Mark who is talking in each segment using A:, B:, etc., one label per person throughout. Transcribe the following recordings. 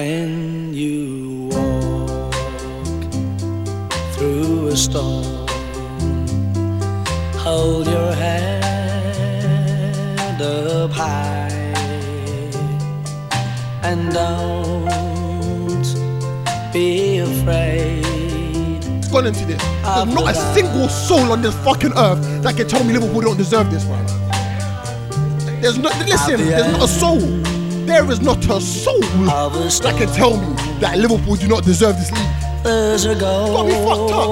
A: When you walk through a storm, hold your head up high and don't be afraid.
B: It's gone into this. There's not a single soul on this fucking earth that can tell me Liverpool don't deserve this, man. There's not. Listen, there's not a soul. There is not a soul
A: Of a
B: that can tell me that Liverpool do not deserve this league.
A: There's a
B: Got me fucked up.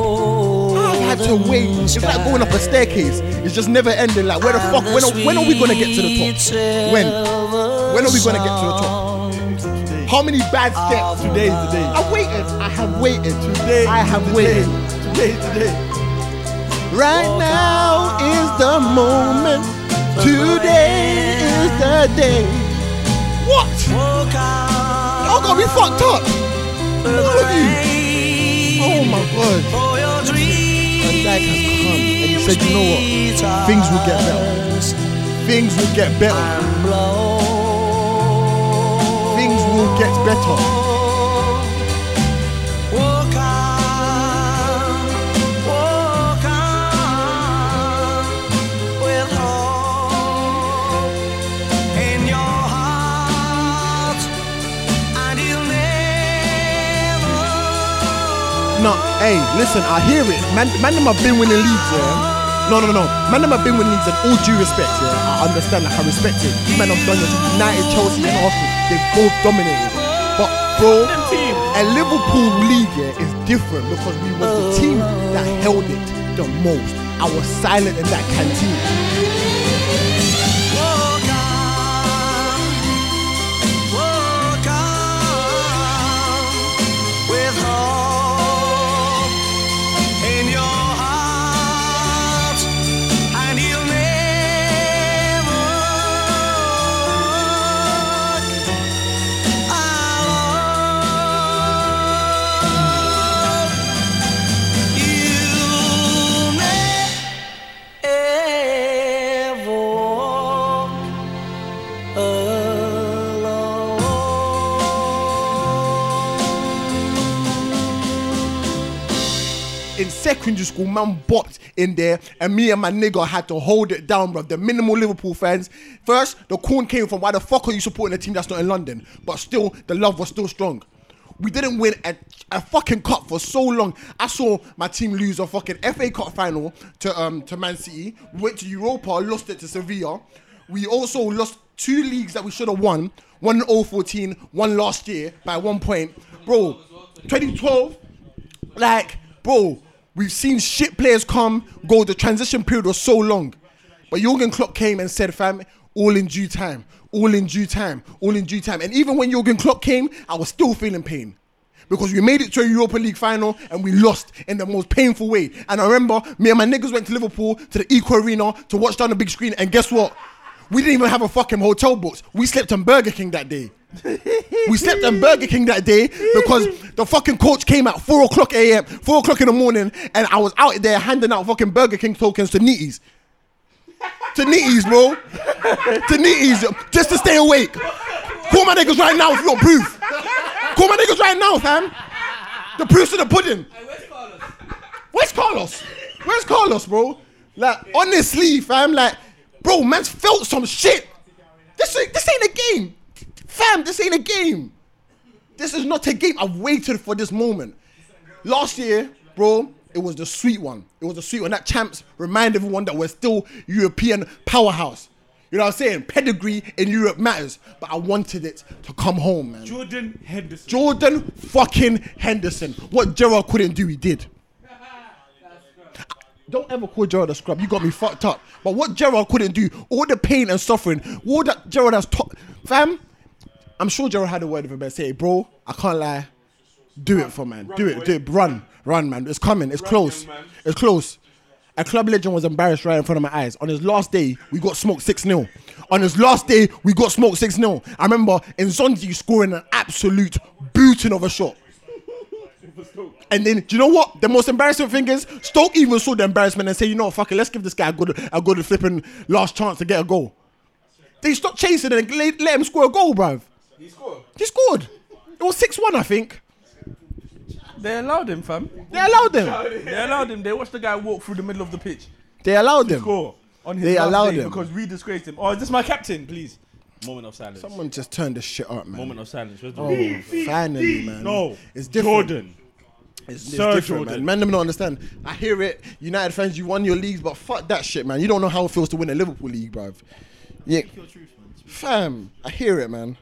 B: I had to wait. It's like going up a staircase. It's just never ending. Like where the fuck? When are, when are we gonna get to the top? When? When are we gonna get to the top? How many bad steps?
C: Today's the day.
B: I waited. I have waited.
C: Oh, Today,
B: I have
C: today,
B: waited.
C: Today, today.
B: Right now is the moment. Today is the day. What?
A: Walk out
B: Y'all got me fucked up. All of you. Oh my god.
A: for your dreams.
B: Van Dijk has come and he said, you know what? Things will get better. Things will get better.
A: And blow.
B: Things will get better.
A: Walk on, walk on with hope in your heart, and you'll never
B: No, hey, listen, I hear it. Man, man, them have been winning leagues, yeah. No, no, no. Man, them have been winning leagues, and all due respect, yeah. I understand, like I respect it. You man have done your thing. United, Chelsea, and Arsenal. They've both dominated. But bro, a Liverpool league yeah, is different because we was the team that held it the most. I was silent in that canteen.
A: walk on, walk on with hope in your heart, and you'll never alone. You'll never walk
B: in secondary school, man bopped in there, and me and my nigga had to hold it down, bro. The minimal Liverpool fans. First, the corn came from why the fuck are you supporting a team that's not in London? But still, the love was still strong. We didn't win a, a fucking cup for so long. I saw my team lose a fucking FA Cup final to um to Man City. We went to Europa, lost it to Sevilla. We also lost two leagues that we should have won. One in 014, one last year by one point. Bro, 2012, like, bro, we've seen shit players come, go. The transition period was so long. But Jurgen Klopp came and said, fam, all in due time, all in due time, all in due time. And even when Jurgen Klopp came, I was still feeling pain. Because we made it to a Europa League final and we lost in the most painful way. And I remember me and my niggas went to Liverpool to the Eco Arena to watch down the big screen. And guess what? We didn't even have a fucking hotel booked. We slept on Burger King that day. We slept in Burger King that day because the fucking coach came at 4 o'clock a.m., 4 o'clock in the morning, and I was out there handing out fucking Burger King tokens to Neaties. To Neaties, bro. to Neaties, just to stay awake. Call my niggas right now if you want proof. Call my niggas right now, fam. The proof's in the pudding. Where's Carlos? Where's Carlos, bro? Like, honestly, fam, like, bro, man's felt some shit. This ain't, this ain't a game. Fam, this ain't a game. This is not a game. I've waited for this moment. Last year, bro, it was the sweet one. It was the sweet one. That champs remind everyone that we're still European powerhouse. You know what I'm saying? Pedigree in Europe matters. But I wanted it to come home, man.
C: Jordan Henderson.
B: Jordan fucking Henderson. What Gerard couldn't do, he did. Don't ever call Gerard a scrub. You got me fucked up. But what Gerard couldn't do, all the pain and suffering, all that Gerard has taught, fam. I'm sure Gerard had a word with him and say, bro, I can't lie. Do it for man. Do it. Do it. Run. Run, man. It's coming. It's close. It's close. A club legend was embarrassed right in front of my eyes. On his last day, we got smoked 6 0. On his last day, we got smoked 6 0. I remember Nzonzi scoring an absolute booting of a shot. And then, do you know what? The most embarrassing thing is Stoke even saw the embarrassment and said, you know what, fuck it, let's give this guy a good, a good flipping last chance to get a goal. They stopped chasing and let, let him score a goal, bruv. He scored. He scored. It was six one, I think.
C: They allowed him, fam.
B: They allowed them.
C: They allowed him. They watched the guy walk through the middle of the pitch.
B: They allowed them.
C: Score on his
B: They
C: last
B: allowed
C: day
B: him.
C: because we disgraced him. Oh, is this my captain? Please. Moment of silence.
B: Someone just turned this shit up, man.
C: Moment of silence. Where's the
B: Oh, finally, man.
A: No,
B: it's different.
A: Jordan.
B: It's, it's
A: Sir
B: different, man.
A: Jordan.
B: Man, them don't understand. I hear it. United fans, you won your leagues, but fuck that shit, man. You don't know how it feels to win a Liverpool league, bruv. Yeah,
D: Speak your truth, man. Speak-
B: fam. I hear it, man.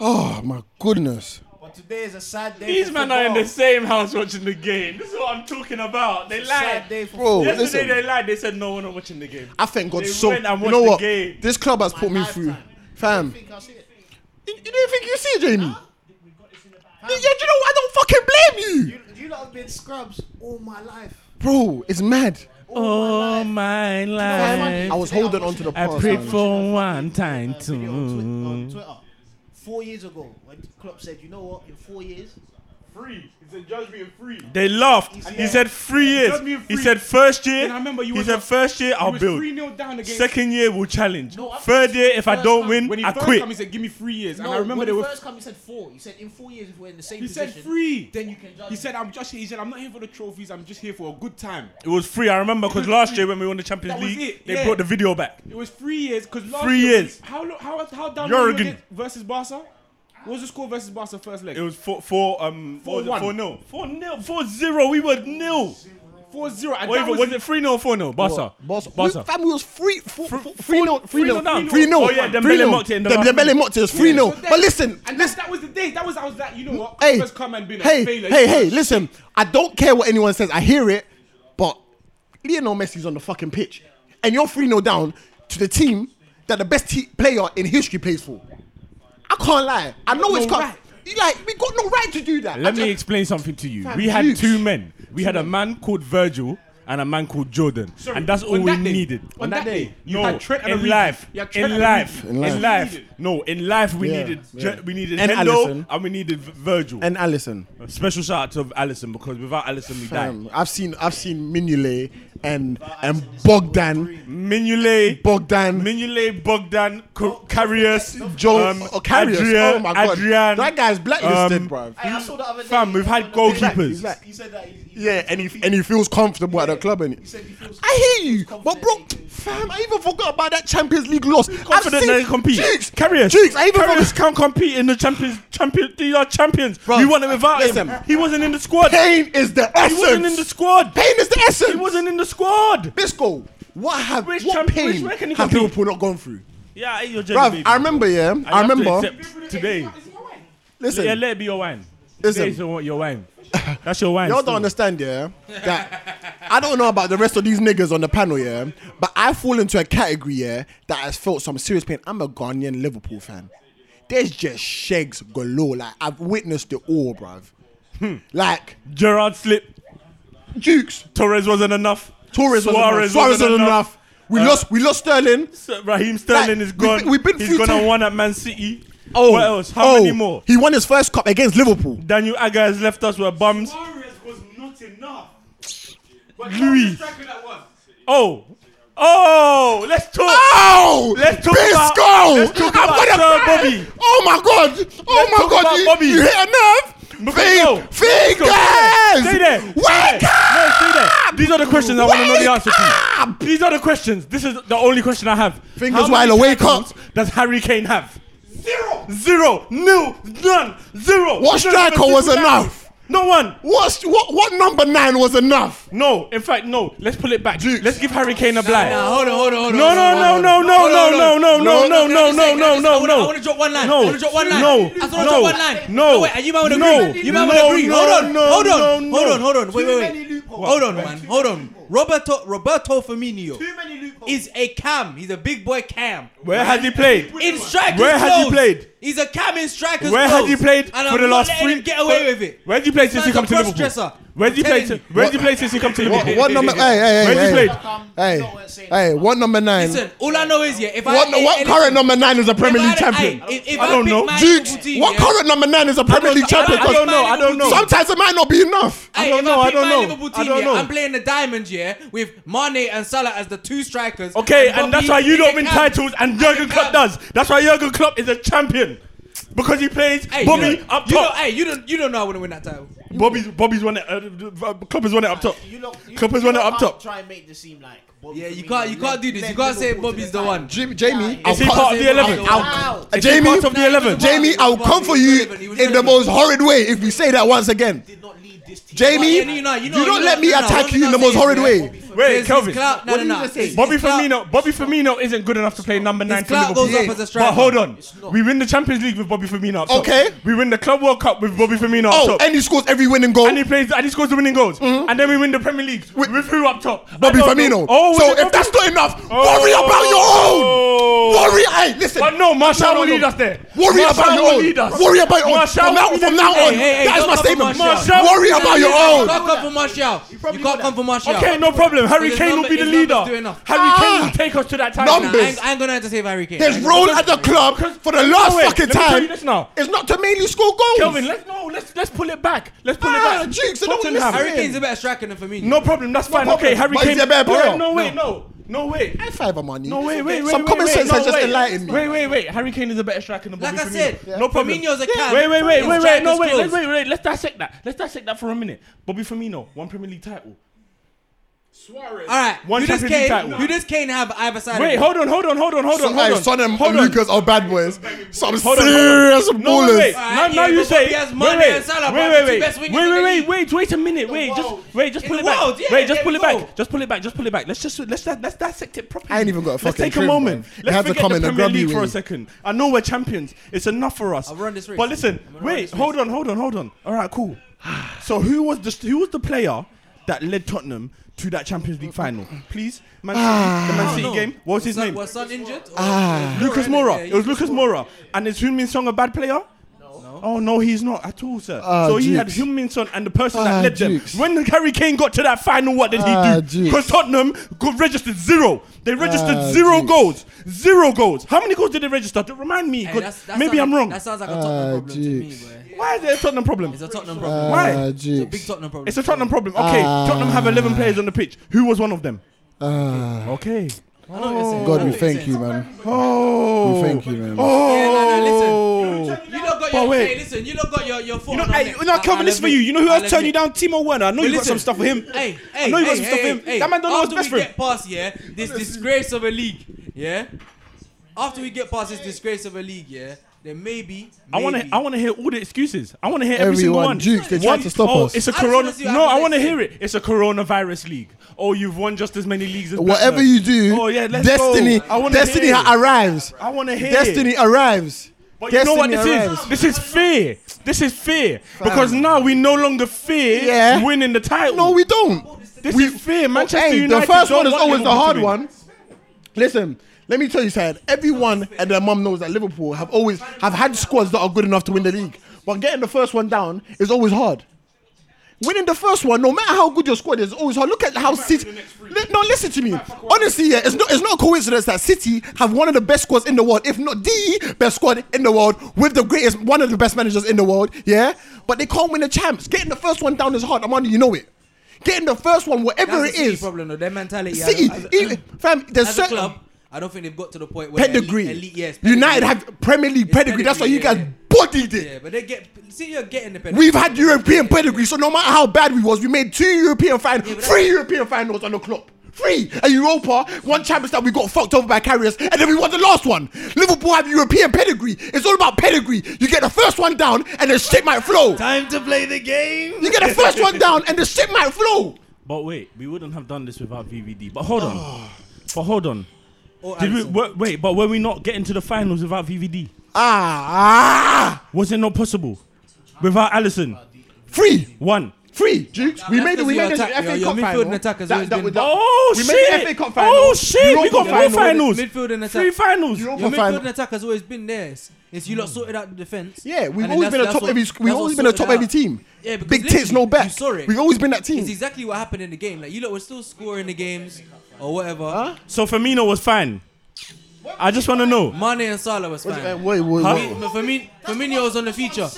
B: Oh my goodness.
D: But today is a sad day.
A: These
D: for
A: men are in
D: football.
A: the same house watching the game. This is what I'm talking about. They
D: Sad
A: lied.
D: day for
C: Oh,
B: Bro,
A: Yesterday
B: listen.
A: they lied. They said no, we're not watching the game.
B: I thank God
A: They
B: so.
A: went and
B: You know
A: watched the
B: what?
A: game.
B: This club has put me
D: lifetime.
B: through, fam.
D: I think I see it.
B: You, you didn't think you see it, Jamie? Yeah, you know what? I don't fucking blame you,
D: You, you lot have been scrubs all my life.
B: bro. It's mad.
C: Oh my
B: I was holding on to the past. man.
C: for one time
D: Uh, video on, Twi- on Twitter four years ago when Klopp said, "You know what? In four years,
A: Free. He said, judge me in free.
C: They laughed. He said three years.
A: Got me in
C: He
A: free.
C: said first year.
A: And I remember you
C: he
A: was
C: said
A: up-
C: first year I'll build.
A: 3 0 down against.
C: Second year we'll challenge.
D: No, I-
C: Third year if I
D: first
C: don't
D: time-
C: win
A: when he
C: I
A: first
C: quit.
A: Come, he said, give me three years. and
D: No,
A: I remember
D: when
A: they
D: you
A: were.
D: first come, you said four. You said in four years if we're in the same
A: He
D: position,
A: said free.
D: then you can judge.
A: He
D: it."
A: said, I'm just here. He said, I'm not here for the trophies. I'm just here for a good time.
C: it was free. I remember because
A: was
C: last
A: free.
C: year when we won the Champions
A: That was
C: League,
A: it,
C: they
A: yeah.
C: brought the video back.
A: It was three years because last
C: Three
A: year,
C: years.
A: How lo- how how down
C: Jurgen.
A: Jurgen. versus Barca? What was the score versus Barca first leg?
C: It was four four um
A: Four
C: what was it?
A: one.
C: four nil four nil four zero. We were nil.
A: four zero. And
C: Or
A: that
C: even
A: was,
C: was it three nil or four nil? Barca.
B: Bossa.
C: Barca.
B: We, fam, we was free, four,
C: Fr-
B: four, three, no, three,
C: three
B: no,
C: nil down.
B: three, no.
C: Oh, yeah,
B: three
C: Dembele
B: nil.
C: mocked it in the
B: Dem-
C: last
B: Dembele
C: minute.
B: mocked it. It's three no.
A: that-
B: But listen,
A: And that,
B: listen.
A: that was the day. That was I was like, you know what?
B: Hey,
A: First come and been a
B: hey,
A: failure.
B: hey, hey, listen. I don't care what anyone says. I hear it, but Lionel Messi's on the fucking pitch, and you're three 0 down to the team that the best te- player in history plays for. I can't lie. I know it's
A: no
B: cut.
A: right.
B: Like we got no right to do that.
C: Let
B: I
C: me
B: just-
C: explain something to you.
B: Fam,
C: We had
B: Dukes.
C: two men. We had a man called Virgil and a man called Jordan,
A: Sorry,
C: and that's
A: on
C: all we
A: that day.
C: needed.
A: On that day, you
C: no,
A: had Trent and
C: in
A: Origi.
C: life,
A: You had Trent
C: in
A: and
C: life,
A: Origi.
C: in
B: That's
C: life,
B: what
A: we needed.
C: no, in life we
B: Yeah,
C: needed
B: yeah.
C: Je- we needed
B: And
C: Hendo
B: Alisson.
C: and we needed V- Virgil.
B: and Allison.
C: Special shout out to Allison because without Allison we died.
B: Um, I've seen I've seen Mignolet and and Bogdan,
C: Mignolet,
B: Bogdan,
C: Mignolet, Bogdan, K- Karius,
B: Oh, Joe
C: um,
B: Ocarius.
C: Adrian,
B: oh my god,
C: Adrian.
B: that guy's blacklisted,
C: um,
B: bruv.
D: Hey, I saw the other day.
C: Fam, we've had
D: on the thing,
C: goalkeepers.
D: He said- He said that. He, he
B: Yeah, and he and he feels comfortable at the club, and
D: He said he feels.
B: I hear you, but
D: confident
B: bro,
D: that he can-
B: fam, I even forgot about that Champions League loss.
C: confident
B: I've
C: they
B: seen-
C: compete.
B: Jeez,
C: Carriers.
B: Jeez, I even
C: Carriers
B: forgot.
C: can't compete in the Champions. Champions. These are champions.
B: Bro,
C: we won it without
B: listen.
C: him. He wasn't in the squad.
B: Pain is the
C: he wasn't in the
B: essence.
C: squad.
B: Pain is the essence.
C: He wasn't in the squad.
B: Bisco, what have
C: Which
B: what
C: champ-
B: pain
C: which- where can he
B: have
C: compete?
B: Liverpool not gone through?
C: Yeah, you're
B: Bruv, I remember, yeah, I remember.
C: today.
B: Listen,
C: Yeah, let it be your wine.
B: Listen.
C: Today's your, your wine. That's your wine.
B: Y'all
C: still.
B: don't understand, yeah? That I don't know about the rest of these niggas on the panel, yeah? But I fall into a category, yeah, that has felt some serious pain. I'm a Ghanaian Liverpool fan. There's just shags galore. Like, I've witnessed it all, bruv.
C: Hmm.
B: Like,
C: Gerard slipped.
B: Dukes,
C: Torres wasn't enough.
B: Torres wasn't enough.
C: Suarez
B: Suarez wasn't enough. We
C: Uh,
B: lost we lost Sterling.
C: So Raheem
B: Like,
C: Sterling is gone.
B: we've been- we've been
C: He's
B: through
C: gone and
B: ten-
C: won at Man City.
B: Oh,
C: what else? How
B: oh,
C: many more?
B: He won his first cup against Liverpool.
C: Daniel Aga has left us with bums.
A: Suarez was not enough. But
C: Louis.
A: That was.
C: Oh, oh, let's talk.
B: Oh!
C: Let's talk
B: Bisco!
C: about- let's talk
B: I'm
C: about
B: gonna
C: Sir
B: cry.
C: Bobby.
B: Oh my god! Oh
C: talk
B: my
C: about
B: god! You,
C: Bobby.
B: you hit a nerve!
C: Mukoko,
B: Fing- Fingers!
C: Stay there. Stay there.
B: Wake up!
C: No, stay there. These are the questions I want to know the answer
B: Wake
C: to. These are the questions. This is the only question I have.
B: Fingers
C: How
B: while
C: many
B: awake
C: titles
B: up.
C: Does Harry Kane have? Zero. Zero. Nil. None. Zero.
B: What
C: Zero
B: striker was
C: titles.
B: enough?
C: No one.
B: What's, what, what number nine was enough?
C: No. In fact, no. Let's pull it back. Let's give Harry Kane a blind.
E: Nah, Ah, hold on, hold on, hold on.
C: No,
E: hold
C: no,
E: on,
C: no, no,
E: hold on.
C: no,
E: Hold
C: no,
E: on, hold
C: no,
E: on.
C: no, no, no, no,
E: Can I just say-
C: no, no, no,
E: can I just- I wanna- I
C: no.
E: want to drop one line.
C: No.
E: I want to drop one line.
C: No.
E: I just want to
C: No.
E: drop one line.
C: No.
E: wait, and you might want to
C: No.
E: agree. You might
C: No,
E: want to agree.
C: no,
E: hold on,
C: no,
E: hold on,
C: no,
E: hold
C: no.
E: on, hold on. Wait,
D: Too
E: wait,
D: many
E: wait.
D: loopholes.
E: Hold on, man. Hold on. Roberto Roberto Firmino
D: Too many loopholes.
E: is a cam. He's a big boy cam.
C: Where has he played?
E: In strikers.
C: Where has he
E: clothes.
C: played?
E: He's a cam in strikers.
C: Where
E: clothes.
C: has he played
E: And
C: for
E: I'm
C: the
E: not
C: last
E: letting
C: three?
E: Him get away
C: where-
E: with it.
C: Where did he play since he
E: Man's
C: come
E: a
C: to Liverpool?
E: cross-dresser.
C: Where did he
E: I'm
C: play?
E: telling
C: si- Where did he play since he come to
B: What,
C: Liverpool?
B: what number? Hey, hey, hey,
C: Where's he
B: hey,
C: played?
B: hey,
D: Not what it
B: hey,
D: says.
B: what number nine?
E: Listen, all I know is yeah. If I
B: what
E: if-
B: what
E: if-
B: current number nine is a Premier
E: if I
B: League
E: had-
B: champion?
E: aye, If, if
C: I don't
E: pick
C: know.
E: my
B: Dudes,
E: Liverpool team,
B: what
E: yeah,
B: current number nine is a Premier League
E: I
B: champion?
E: don't- I
C: don't know, I
E: Liverpool
C: don't know.
E: team-
B: Sometimes it might not be enough.
E: Hey,
C: don't
E: if
C: know,
E: I,
C: I
E: pick
C: don't
E: my
C: know.
E: Liverpool
C: I
E: team,
C: don't
E: yeah,
C: know.
E: I'm playing the diamonds, yeah, with Mane and Salah as the two strikers.
C: Okay, and
E: Bobby
C: that's why you
E: in
C: don't
E: the
C: win
E: camp.
C: titles and Jurgen
E: the
C: Klopp
E: camp.
C: does. That's why Jurgen Klopp is a champion. Because he plays
E: Hey,
C: Bobby
E: you don't,
C: up
E: you
C: top.
E: don't, hey, you don't, you don't know I wouldn't win that title.
C: Bobby's Bobby's won it. Uh, uh, Clippers won it up top.
D: You look, you,
C: Clippers
D: you
C: won it
D: lot
C: up top.
D: can't Try and make this seem like. Bobby
E: Yeah, you
D: Firmino
E: can't- you can't do this.
D: led
E: You can't say
D: Liverpool to
E: Bobby's
D: the
E: the
D: title.
E: one.
B: Jim- Jamie,
D: Nah,
C: Is he
B: I'll
C: part of
B: come-
C: the eleven?
E: I'll-
D: Wow.
B: Uh,
C: Is he
B: Jamie,
C: part of the eleven?
B: Jamie, I'll
E: He was
B: come for
E: relevant,
B: you
E: he was
B: in the
E: relevant.
B: most horrid way if you say that once again.
D: Did not lead this team.
B: Jamie,
E: Yeah, no, you know-
B: you
E: you know-
B: don't
E: you
B: let
E: know-
B: me
E: no, no,
B: attack
E: what
B: you in
E: did
B: the
E: I
B: most
E: say,
B: horrid
E: yeah?
B: way.
C: Wait,
E: His- his
C: Kelvin.
E: clout- no,
B: What
E: no,
B: did you
E: no.
B: just say?
E: His-
C: Bobby
E: his clout-
C: Firmino. Bobby Firmino isn't good enough to play number nine
E: His
C: for
E: clout goes
C: Liverpool.
E: up as a striker.
C: But hold on,
D: It's not.
C: we win the Champions League with Bobby Firmino. Up top.
B: Okay.
C: we win the Club World Cup with Bobby Firmino. Up
B: Oh,
C: top.
B: and he scores every winning goal.
C: and he plays and he scores the winning goals. And then we win the Premier League with, who up top?
B: Bobby
C: I don't know.
B: Firmino.
C: Oh,
B: so
C: with
B: if
C: the
B: that's
C: Bobby-
B: not enough,
C: Oh.
B: worry about your own. Worry, hey, listen.
C: But no, Martial
B: no,
C: will
B: no.
C: lead us there.
B: Worry
C: Martial
B: about
C: will
B: your
C: lead
B: own.
C: us.
B: Worry about your own.
C: Martial
B: From now,
C: will
B: from
C: lead
B: now
C: us.
B: on,
C: Hey, hey,
E: hey,
B: that is
E: don't
B: my
E: come for
B: statement.
E: Martial.
C: Martial
B: Worry
C: will
B: about
C: lead
B: your
C: us.
E: You
B: own.
E: can't come for Martial. You can't come for Martial.
C: Okay, no problem. Harry
E: his
C: Kane will
E: number-
C: be the
E: his numbers
C: leader.
E: do enough.
C: Harry Kane
B: Ah.
C: will take us to that
E: Nah,
C: title.
B: Numbers.
E: I ain't, I ain't gonna entertain Harry Kane. I
B: His
E: ain't gonna-
B: role at the club for the last
C: Wait,
B: fucking
C: let me tell you
B: time
C: this now.
B: is not to mainly score goals.
C: Kelvin, let's no, let's let's pull it back. Let's pull
B: Ah,
C: it back.
B: Jinx, I don't
C: Tottenham.
B: listen.
E: Harry Kane's a better striker than Firmino.
C: No problem. That's fine.
B: problem.
C: Okay, Harry
B: But he's
C: Kane.
B: a better player.
C: Alright, No way. No. No way.
B: High five, Armani.
C: No, wait, wait, wait.
B: Some
C: wait,
B: common
C: wait,
B: sense
C: no,
B: has just
C: wait.
B: enlightened me.
C: Wait, wait, wait. Harry Kane is a better striker than Bobby
E: Like I
C: Firmino.
E: said,
C: no problem.
E: Firmino's a cat.
C: Wait, wait, wait,
E: His
C: wait, wait.
E: jack
C: No,
E: is
C: wait,
E: closed.
C: wait, wait, wait. Let's dissect that. Let's dissect that for a minute. Bobby Firmino, one Premier League title.
E: All right.
C: One
E: Who does
C: Champions League
E: Kane?
C: title.
E: Who does Kane have either side?
C: Wait,
E: of him?
C: hold on, hold on, hold on, hold
B: Son,
C: on,
B: hey,
C: hold on.
B: Son and
C: hold on.
B: Lucas are bad boys. Some
C: Hold on, hold on.
B: serious
C: No, wait, wait.
B: ballers.
E: Alright,
C: Now,
E: yeah,
C: now you
E: but
C: say.
E: Bobby has
C: wait,
E: Mane
C: wait,
E: and Salah,
C: wait,
E: but
C: wait,
E: the two
C: wait,
E: best
C: wait,
E: wingers in
C: wait,
E: the
C: wait,
E: league.
C: wait, wait a minute. Wait,
D: world.
C: just, wait, just
E: In
C: pull
E: the
C: it back.
E: world, yeah,
C: wait, just
E: there
C: pull
E: we
C: it back.
E: go.
C: Just pull it back. Just pull it back. Let's just let's let's dissect it properly.
B: I ain't even got a
C: Let's
B: fucking
C: take
B: trim,
C: a moment.
B: man. You
C: Let's
B: had to
C: forget
B: come
C: the
B: in and
C: Premier
B: grab me,
C: League for a
B: really.
C: second. I know we're champions. It's enough for us.
E: I'll run this race.
C: But listen,
E: I'm gonna run
C: wait,
E: this
C: hold on, hold on, hold on. All right, cool. So who was the who was the player that led Tottenham to that Champions League final? Please, Man City, the Man City
E: No.
C: game. What was his
E: Son-
C: name?
E: Was Son injured? Or- Mora,
C: Lucas
E: innit?
C: Moura.
E: Yeah,
C: It was Lucas Moura. And is Heung-Min Song a bad player? No. Oh no, he's not at all, sir. so he had
B: Ah, Jukes.
C: Heung-Min Son and the person
B: Ah,
C: that led
B: Jukes.
C: them. When Harry Kane got to that final, what did
B: Ah,
C: he do?
B: Jukes.
C: Because Tottenham got registered zero. They registered
B: Ah,
C: zero
B: Jukes.
C: goals. Zero goals. How many goals did they register? Don't remind me.
E: Hey,
C: 'cause
E: that's- that
C: maybe
E: sounds
C: I'm
E: like-
C: wrong.
E: That sounds like a
B: Ah,
E: Tottenham problem to me,
B: jeez.
E: boy.
C: Why is there a Tottenham problem?
E: It's a Tottenham problem.
C: Why?
B: Ah,
E: It's a
B: Jukes.
E: big Tottenham problem.
C: It's a Tottenham problem. Okay, Tottenham have 11 players on the pitch. Who was one of them?
B: Ah,
C: Okay.
E: I know what you're saying. I
B: God,
E: know
B: we
E: what you're
B: thank you,
E: saying.
B: man.
C: Oh.
B: We thank you, man.
C: Oh.
E: Yeah, no, no, You lot got
C: But
E: your.
C: wait.
E: Hey, listen. You lot got your your foot.
F: You know,
E: on that
F: hey,
E: neck.
F: no,
E: I-
F: Kelvin,
E: I'll
F: listen for
E: admit-
F: you. You know who
E: I'll
F: else turned you
E: admit.
F: down? Timo Werner. I know you got
E: Listen,
F: some stuff for him.
E: Hey, hey,
F: I know you
E: hey,
F: got some stuff for
E: hey,
F: him.
E: hey,
F: That man don't know his
E: after
F: best
E: we
F: friend.
E: get past, yeah, this disgrace of a league, yeah. After we get past this disgrace of a league, yeah, then maybe.
C: I want to.
E: maybe-
C: I want to hear all the excuses. I want to hear every single
B: Everyone,
C: one.
B: Jukes, they tried
C: One-
B: to stop
C: oh,
B: us.
C: It's a
E: I just wanna
C: corona.
E: see what
C: No, I
E: happens
C: want to
E: next
C: hear it. It's a coronavirus league. Oh, you've won just as many leagues as
B: Whatever
C: Blackburn.
B: you do,
C: Oh yeah, let's
B: destiny,
C: Go. I wanna
B: destiny
C: hear it.
B: arrives.
C: I want to hear.
B: Destiny
C: It.
B: arrives.
C: But you know
B: Destiny
C: what this
B: arrives.
C: is? This is fear. This is fear because now we no longer fear
B: Yeah.
C: winning the title.
B: No, we don't.
C: This
B: we,
C: is fear. Manchester
B: Hey,
C: United.
B: The first
C: don't
B: one is
C: want
B: always the
C: Liverpool to
B: hard
C: win.
B: one. Listen, let me tell you something. Everyone and their mum knows that Liverpool have always have had squads that are good enough to win the league, but getting the first one down is always hard. Winning the first one, no matter how good your squad is, always hard. Look at how City. Li- No, listen to me. Honestly, yeah, it's not it's not a coincidence that City have one of the best squads in the world, if not the best squad in the world, with the greatest, one of the best managers in the world. Yeah, but they can't win the champs. Getting the first one down is hard. Amanda, you know it. Getting the first one, whatever
E: That's
B: it
E: the City
B: is,
E: problem though. Their mentality.
B: City,
E: as, a-
B: even, fam, there's
E: as a
B: certain
E: club, I don't think they've got to the point where
B: pedigree.
E: Elite, elite, yes,
B: United
E: pedigree.
B: have Premier League
E: It's
B: pedigree. That's why you
E: pedigree,
B: guys
E: yeah,
B: bodied it.
E: Yeah, but they get. See, you're getting the pedigree.
B: We've had European pedigree, so no matter how bad we was, we made two European finals,
E: Yeah, but
B: three
E: that's-
B: European finals on the clock. Three. A Europa, one Champions that we got fucked over by carriers, and then we won the last one. Liverpool have European pedigree. It's all about pedigree. You get the first one down, and the shit might flow.
E: Time to play the game.
B: You get the first one down, and the shit might flow.
C: But wait, we wouldn't have done this without VVD. But hold on. but hold on.
E: Or
C: Did we,
E: Alisson.
C: wa- wait, but were we not getting to the finals without VVD?
B: Ah, ah.
C: Was it not possible? Without Allison,
B: Three.
C: one.
B: Free, Jukes. We
E: That's
B: made it. We made
E: because your
B: it. to
E: attack-
B: the FA
E: your- your
B: Cup
E: midfield
B: final.
E: and attack has
B: That-
E: always
B: that
E: been-
B: was- that-
C: Oh
B: we
C: shit!
B: made the FA Cup final.
C: Oh shit! We
B: Europa
C: got four
B: final.
C: finals.
E: Midfield and attack.
C: Three finals.
B: Europa
E: Your
B: final.
E: midfield and attack has always been there s- since you lot sorted out the defense.
B: Hmm. Yeah, we've
E: And then
B: always
E: that's-
B: been a
E: that's
B: top
E: what-
B: heavy. We've
E: that's
B: always
E: what
B: been a
E: sorted
B: top
E: it
B: heavy
E: out.
B: team.
E: Yeah, because
B: Big tits, no
E: literally,
B: back.
E: You saw it.
B: We've always been that team.
E: It's exactly what happened in the game. Like you lot were still scoring the games or whatever.
C: So Firmino was fine. I just want to know.
E: Mane and Salah was fine.
B: Wait, wait,
C: Huh?
B: wait.
E: But Firmin- Firmino was on the feature.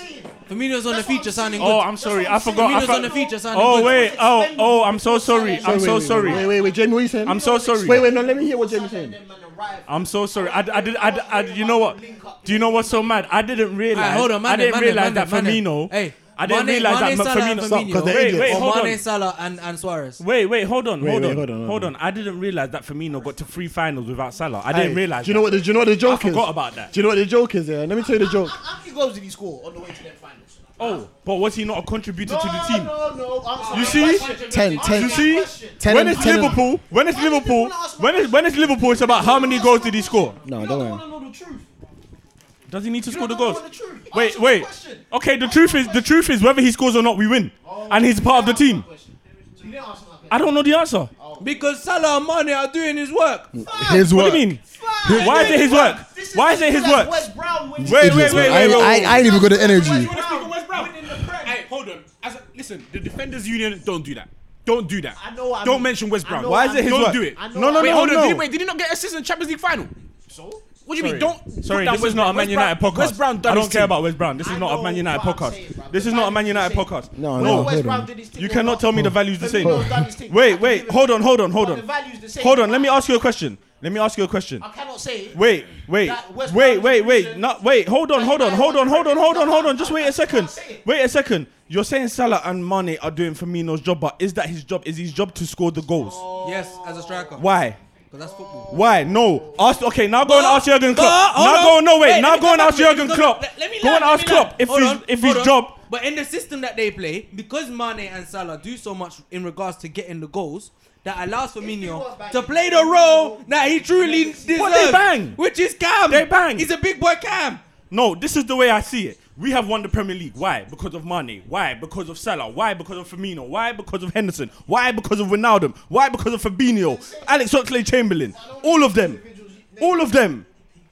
E: Firmino was on the feature sounding
C: Oh,
E: good.
C: I'm sorry. I forgot. I
E: Firmino's
C: for-
E: on the feature sounding
C: oh
E: good.
C: wait. Oh oh. I'm so sorry. I'm
B: Wait, wait,
C: so
B: Wait,
C: sorry.
B: wait, wait, Jamie, what are you saying?
C: I'm so sorry.
B: Wait, wait, no, let me hear what Jamie's saying.
D: right.
C: I'm so sorry. I, I did. I, I, you know what? Do you know what's so mad? I didn't realize.
E: Alright, hold on, Mane,
C: I didn't
E: Mane,
C: realize
E: Mane,
C: that
E: Mane.
C: Firmino.
E: Hey,
C: I didn't
E: Mane-
C: realize
E: Mane,
C: that
E: Salah,
C: Firmino.
E: and Firmino.
B: Stop, 'cause they're
C: Wait, wait,
B: idiots.
C: hold
E: or Mane,
C: on.
E: Salah, and, and Suarez.
C: Wait, wait, hold on,
B: Wait,
C: hold,
B: wait,
C: on.
B: hold on, hold
C: hold
B: on.
C: on. I didn't realize that Firmino got to three finals without Salah. I didn't
B: Hey,
C: realize.
B: Do you know what the, do you know what the joke is?
C: forgot about that.
B: Do you know what the joke is? Yeah, let me tell you the joke.
D: How many goals did he score on the way to their finals?
C: Oh, but was he not a contributor to the
D: No,
C: team?
D: No, no, answer
C: You
D: my
C: see?
D: question.
B: Ten,
D: Answer
B: ten.
D: my
C: You see,
D: question.
B: Ten
C: when
B: and-
C: it's
B: ten and-
C: Liverpool, when it's
D: Why do you
C: Liverpool,
D: wanna ask my
C: when it's when it's Liverpool, it's about how many goals did he score.
B: No,
D: You
B: don't
D: don't
B: worry.
D: want to know the truth.
C: Does he need to
D: You
C: score the
D: don't
C: goals?
D: know the truth.
C: Wait,
D: Answer my
C: wait.
D: question.
C: Okay, the truth is the truth is whether he scores or not, we win, and he's part of the team.
D: Question. So you didn't answer my question.
C: I don't know the answer.
E: Because Salah and Mane are doing his work.
B: His
C: What
B: work.
C: do you mean?
D: Fine.
C: Why is it his work?
D: This
C: Why is it his
D: still as
C: work?
D: Wes Brown winning-
C: Wait, wait,
B: Idiots,
C: wait,
B: man. I,
C: wait, wait.
B: I, I ain't even got the energy.
D: Wes Brown winning the Prem.
F: Hey, hold on. As a, listen, the defenders union, don't do that. Don't do that.
D: I know what I
F: don't
D: mean.
F: mention West
D: I
F: Brown.
D: know Why what is I it
G: mean. his
F: Don't
G: work?
F: do it.
D: I know No, no, what I
F: wait,
D: mean.
F: hold on.
G: no.
F: Did he, wait, did he not get assists in Champions League final?
D: So?
F: What do you mean? Don't.
C: Sorry,
F: put down
C: this
F: West
C: is not a
F: Brown.
C: Man United
F: West Brown,
C: podcast.
F: West Brown done
C: I
F: his
C: don't care
F: team.
C: about West Brown. This
D: I
C: is not a
D: know
C: Man United
D: what I'm saying,
C: podcast.
D: bruv.
C: This
D: The
C: is not a
D: values
C: Man United
D: the same.
C: podcast.
B: No,
D: When
B: no,
D: Wes
B: hold
D: Brown
B: on.
D: did his thing
C: You
D: or
C: cannot
D: not?
C: tell me the value's the
D: Firmino's
C: same.
D: done his thing. I
C: Wait,
D: can
C: wait,
D: give it-
C: hold on, hold on, hold
D: But the
C: on.
D: value's the same.
C: Hold on, let me ask you a question. Let me ask you a question.
D: I cannot say.
C: Wait, wait,
D: That West
C: wait,
D: Bromwich
C: wait, wait.
D: Albion-
C: No, wait. Hold on, hold on, hold on, hold on, hold on, hold on. Just wait a second. Wait a second. You're saying Salah and Mane are doing Firmino's job, but is that his job? Is his job to score the goals?
E: Yes, as a striker. Because
C: Why?
E: that's football.
C: Why? No. Ask. Okay, now go and
E: But-
C: ask Jurgen
E: but,
C: Klopp.
E: hold
C: Now
E: on.
C: go. No, wait.
E: Wait,
C: now
E: let me
C: go and
E: come
C: ask
E: back to it.
C: Jurgen
E: Let-
C: Klopp.
E: let- let me
C: Go
E: learn,
C: and
E: let
C: ask
E: me learn.
C: Klopp if
E: Hold
C: his
E: on,
C: if
E: hold
C: his
E: on.
C: job.
E: But in the system that they play, because Mane and Salah do so much in regards to getting the goals, that allows
D: was
E: Firmino
D: back
E: to
D: in-
E: play the role that he truly deserves.
C: But they bang.
E: Which is Cam.
C: They bang.
E: He's a big boy Cam.
C: No, this is the way I see it. We have won the Premier League. Why? Because of Mane. Why? Because of Salah. Why? Because of Firmino. Why? Because of Henderson. Why? Because of Ronaldo. Why? Because of Fabinho, Alex Oxlade-Chamberlain. All of them. All of them.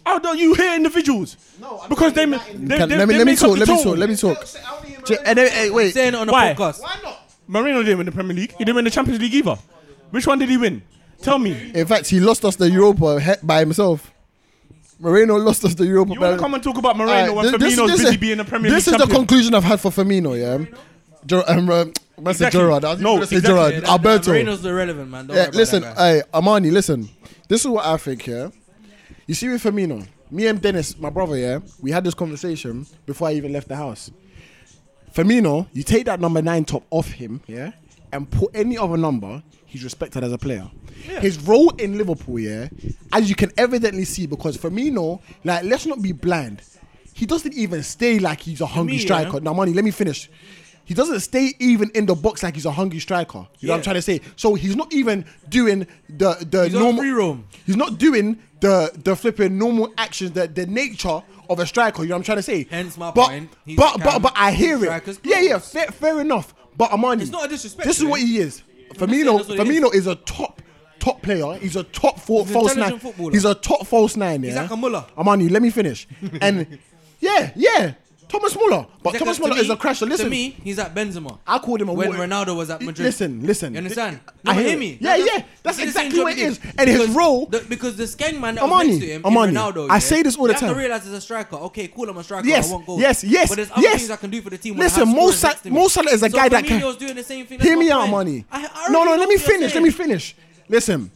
C: How do you hear individuals?
D: No, I'm
C: because they,
D: saying
C: ma-
D: that
C: they,
D: in-
C: they,
B: Can-
C: they,
B: Let me let me
C: make up
B: talk.
C: the
B: Let me
C: total.
B: talk. Let me
D: I
B: talk.
D: don't say- I don't even
B: J-
D: remember.
B: And then, hey, wait.
E: Saying it on a
C: Why?
E: podcast.
D: Why not?
C: Marino didn't win the Premier League. He didn't win the Champions League either. Which one did he win? Tell me.
B: In fact, he lost us the Europa he- by himself. Moreno lost us the Europa.
C: You want
B: by-
C: to come and talk about
B: Alright,
C: Moreno
B: thi-
C: when Firmino's
B: is-
C: busy being the Premier
B: This
C: League
B: is the
C: champion?
B: conclusion I've had for Firmino. Yeah, Ger- um, um, I said
C: Exactly.
B: Gerard. I was
C: No,
B: going to say
C: exactly.
B: Gerard.
C: Yeah, that-
B: Alberto.
E: Moreno's irrelevant, man. Don't worry
B: Yeah,
E: about
B: listen, uh,
E: that guy.
B: hey, Amani, listen. This is what I think, yeah. You see with Firmino, me and Dennis, my brother, yeah, we had this conversation before I even left the house. Firmino, you take that number nine top off him, yeah, and put any other number, he's respected as a player. His role in Liverpool, yeah, as you can evidently see, because Firmino, like, let's not be blind. He doesn't even stay like he's a hungry
E: me, yeah.
B: striker. Now, money, let me finish. He doesn't stay even in the box like he's a hungry striker. You know what I'm
E: Yeah.
B: trying to say? So he's not even doing the the
E: He's on
B: normal
E: free roam.
B: He's not doing the the flipping normal actions that the nature of a striker. You know what I'm trying to say?
E: Hence my
B: but,
E: point. He's
B: But but
E: Cam,
B: but I hear it.
E: striker's
B: Yeah yeah,
E: claws.
B: fair, fair enough. But Amani,
E: It's not a disrespect
B: This is
E: to
B: what
E: him.
B: he is.
E: saying
B: Firmino
E: that's what it
B: Firmino is a top top player. He's a top four,
E: He's an
B: false
E: intelligent
B: nine.
E: footballer.
B: He's a top false nine. Yeah.
E: like a Muller.
B: Amani, let me finish. And yeah yeah, Thomas Muller. But
E: Because
B: Thomas
E: to
B: Muller
E: me-
B: is a crasher. Listen.
E: To me, he's at Benzema.
B: I called him a
E: when
B: water-
E: Ronaldo was at Madrid.
B: Listen, listen.
E: You understand?
B: I
E: No, but
B: hear
E: hear
B: it.
E: me.
B: Yeah, yeah.
E: No,
B: That's
E: it's the same
B: exactly
E: job
B: what
E: he
B: it is.
E: did.
B: And his
E: Because
B: role-
E: the, because the skeng man that was
B: Armani,
E: next to him, in
B: Armani.
E: Ronaldo.
B: I
E: yeah,
B: say this all the
E: You have
B: time.
E: to realize as a striker, okay, cool, I'm a striker.
B: Yes,
E: I want goals.
B: yes, yes,
E: But there's other
B: yes.
E: things I can do for the team. when I
B: Listen,
E: have
B: Mo,
E: scorers
B: Sa-
E: next to me.
B: Mo Salah is a
E: So
B: guy that can.
E: Firmino's doing the same thing. That's
B: Hear me
E: my
B: out,
E: point.
B: money.
E: I- I already
B: no, no,
E: know
B: let
E: what
B: me
E: you're
B: finish. Let
E: saying.
B: me finish. Listen,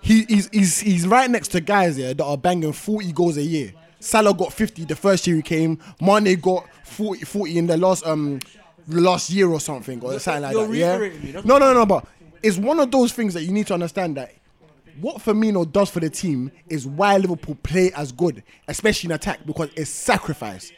B: he, he's, he's, he's right next to guys yeah, that are banging 40 goals a year. Salah got 50 the first year he came. Mane got 40, 40 in the last um the last year or something or something like
E: you're
B: that. Yeah.
E: reiterating me, that's
B: No, no, no, but it's one of those things that you need to understand that what Firmino does for the team is why Liverpool play as good, especially in attack, because it's sacrifice.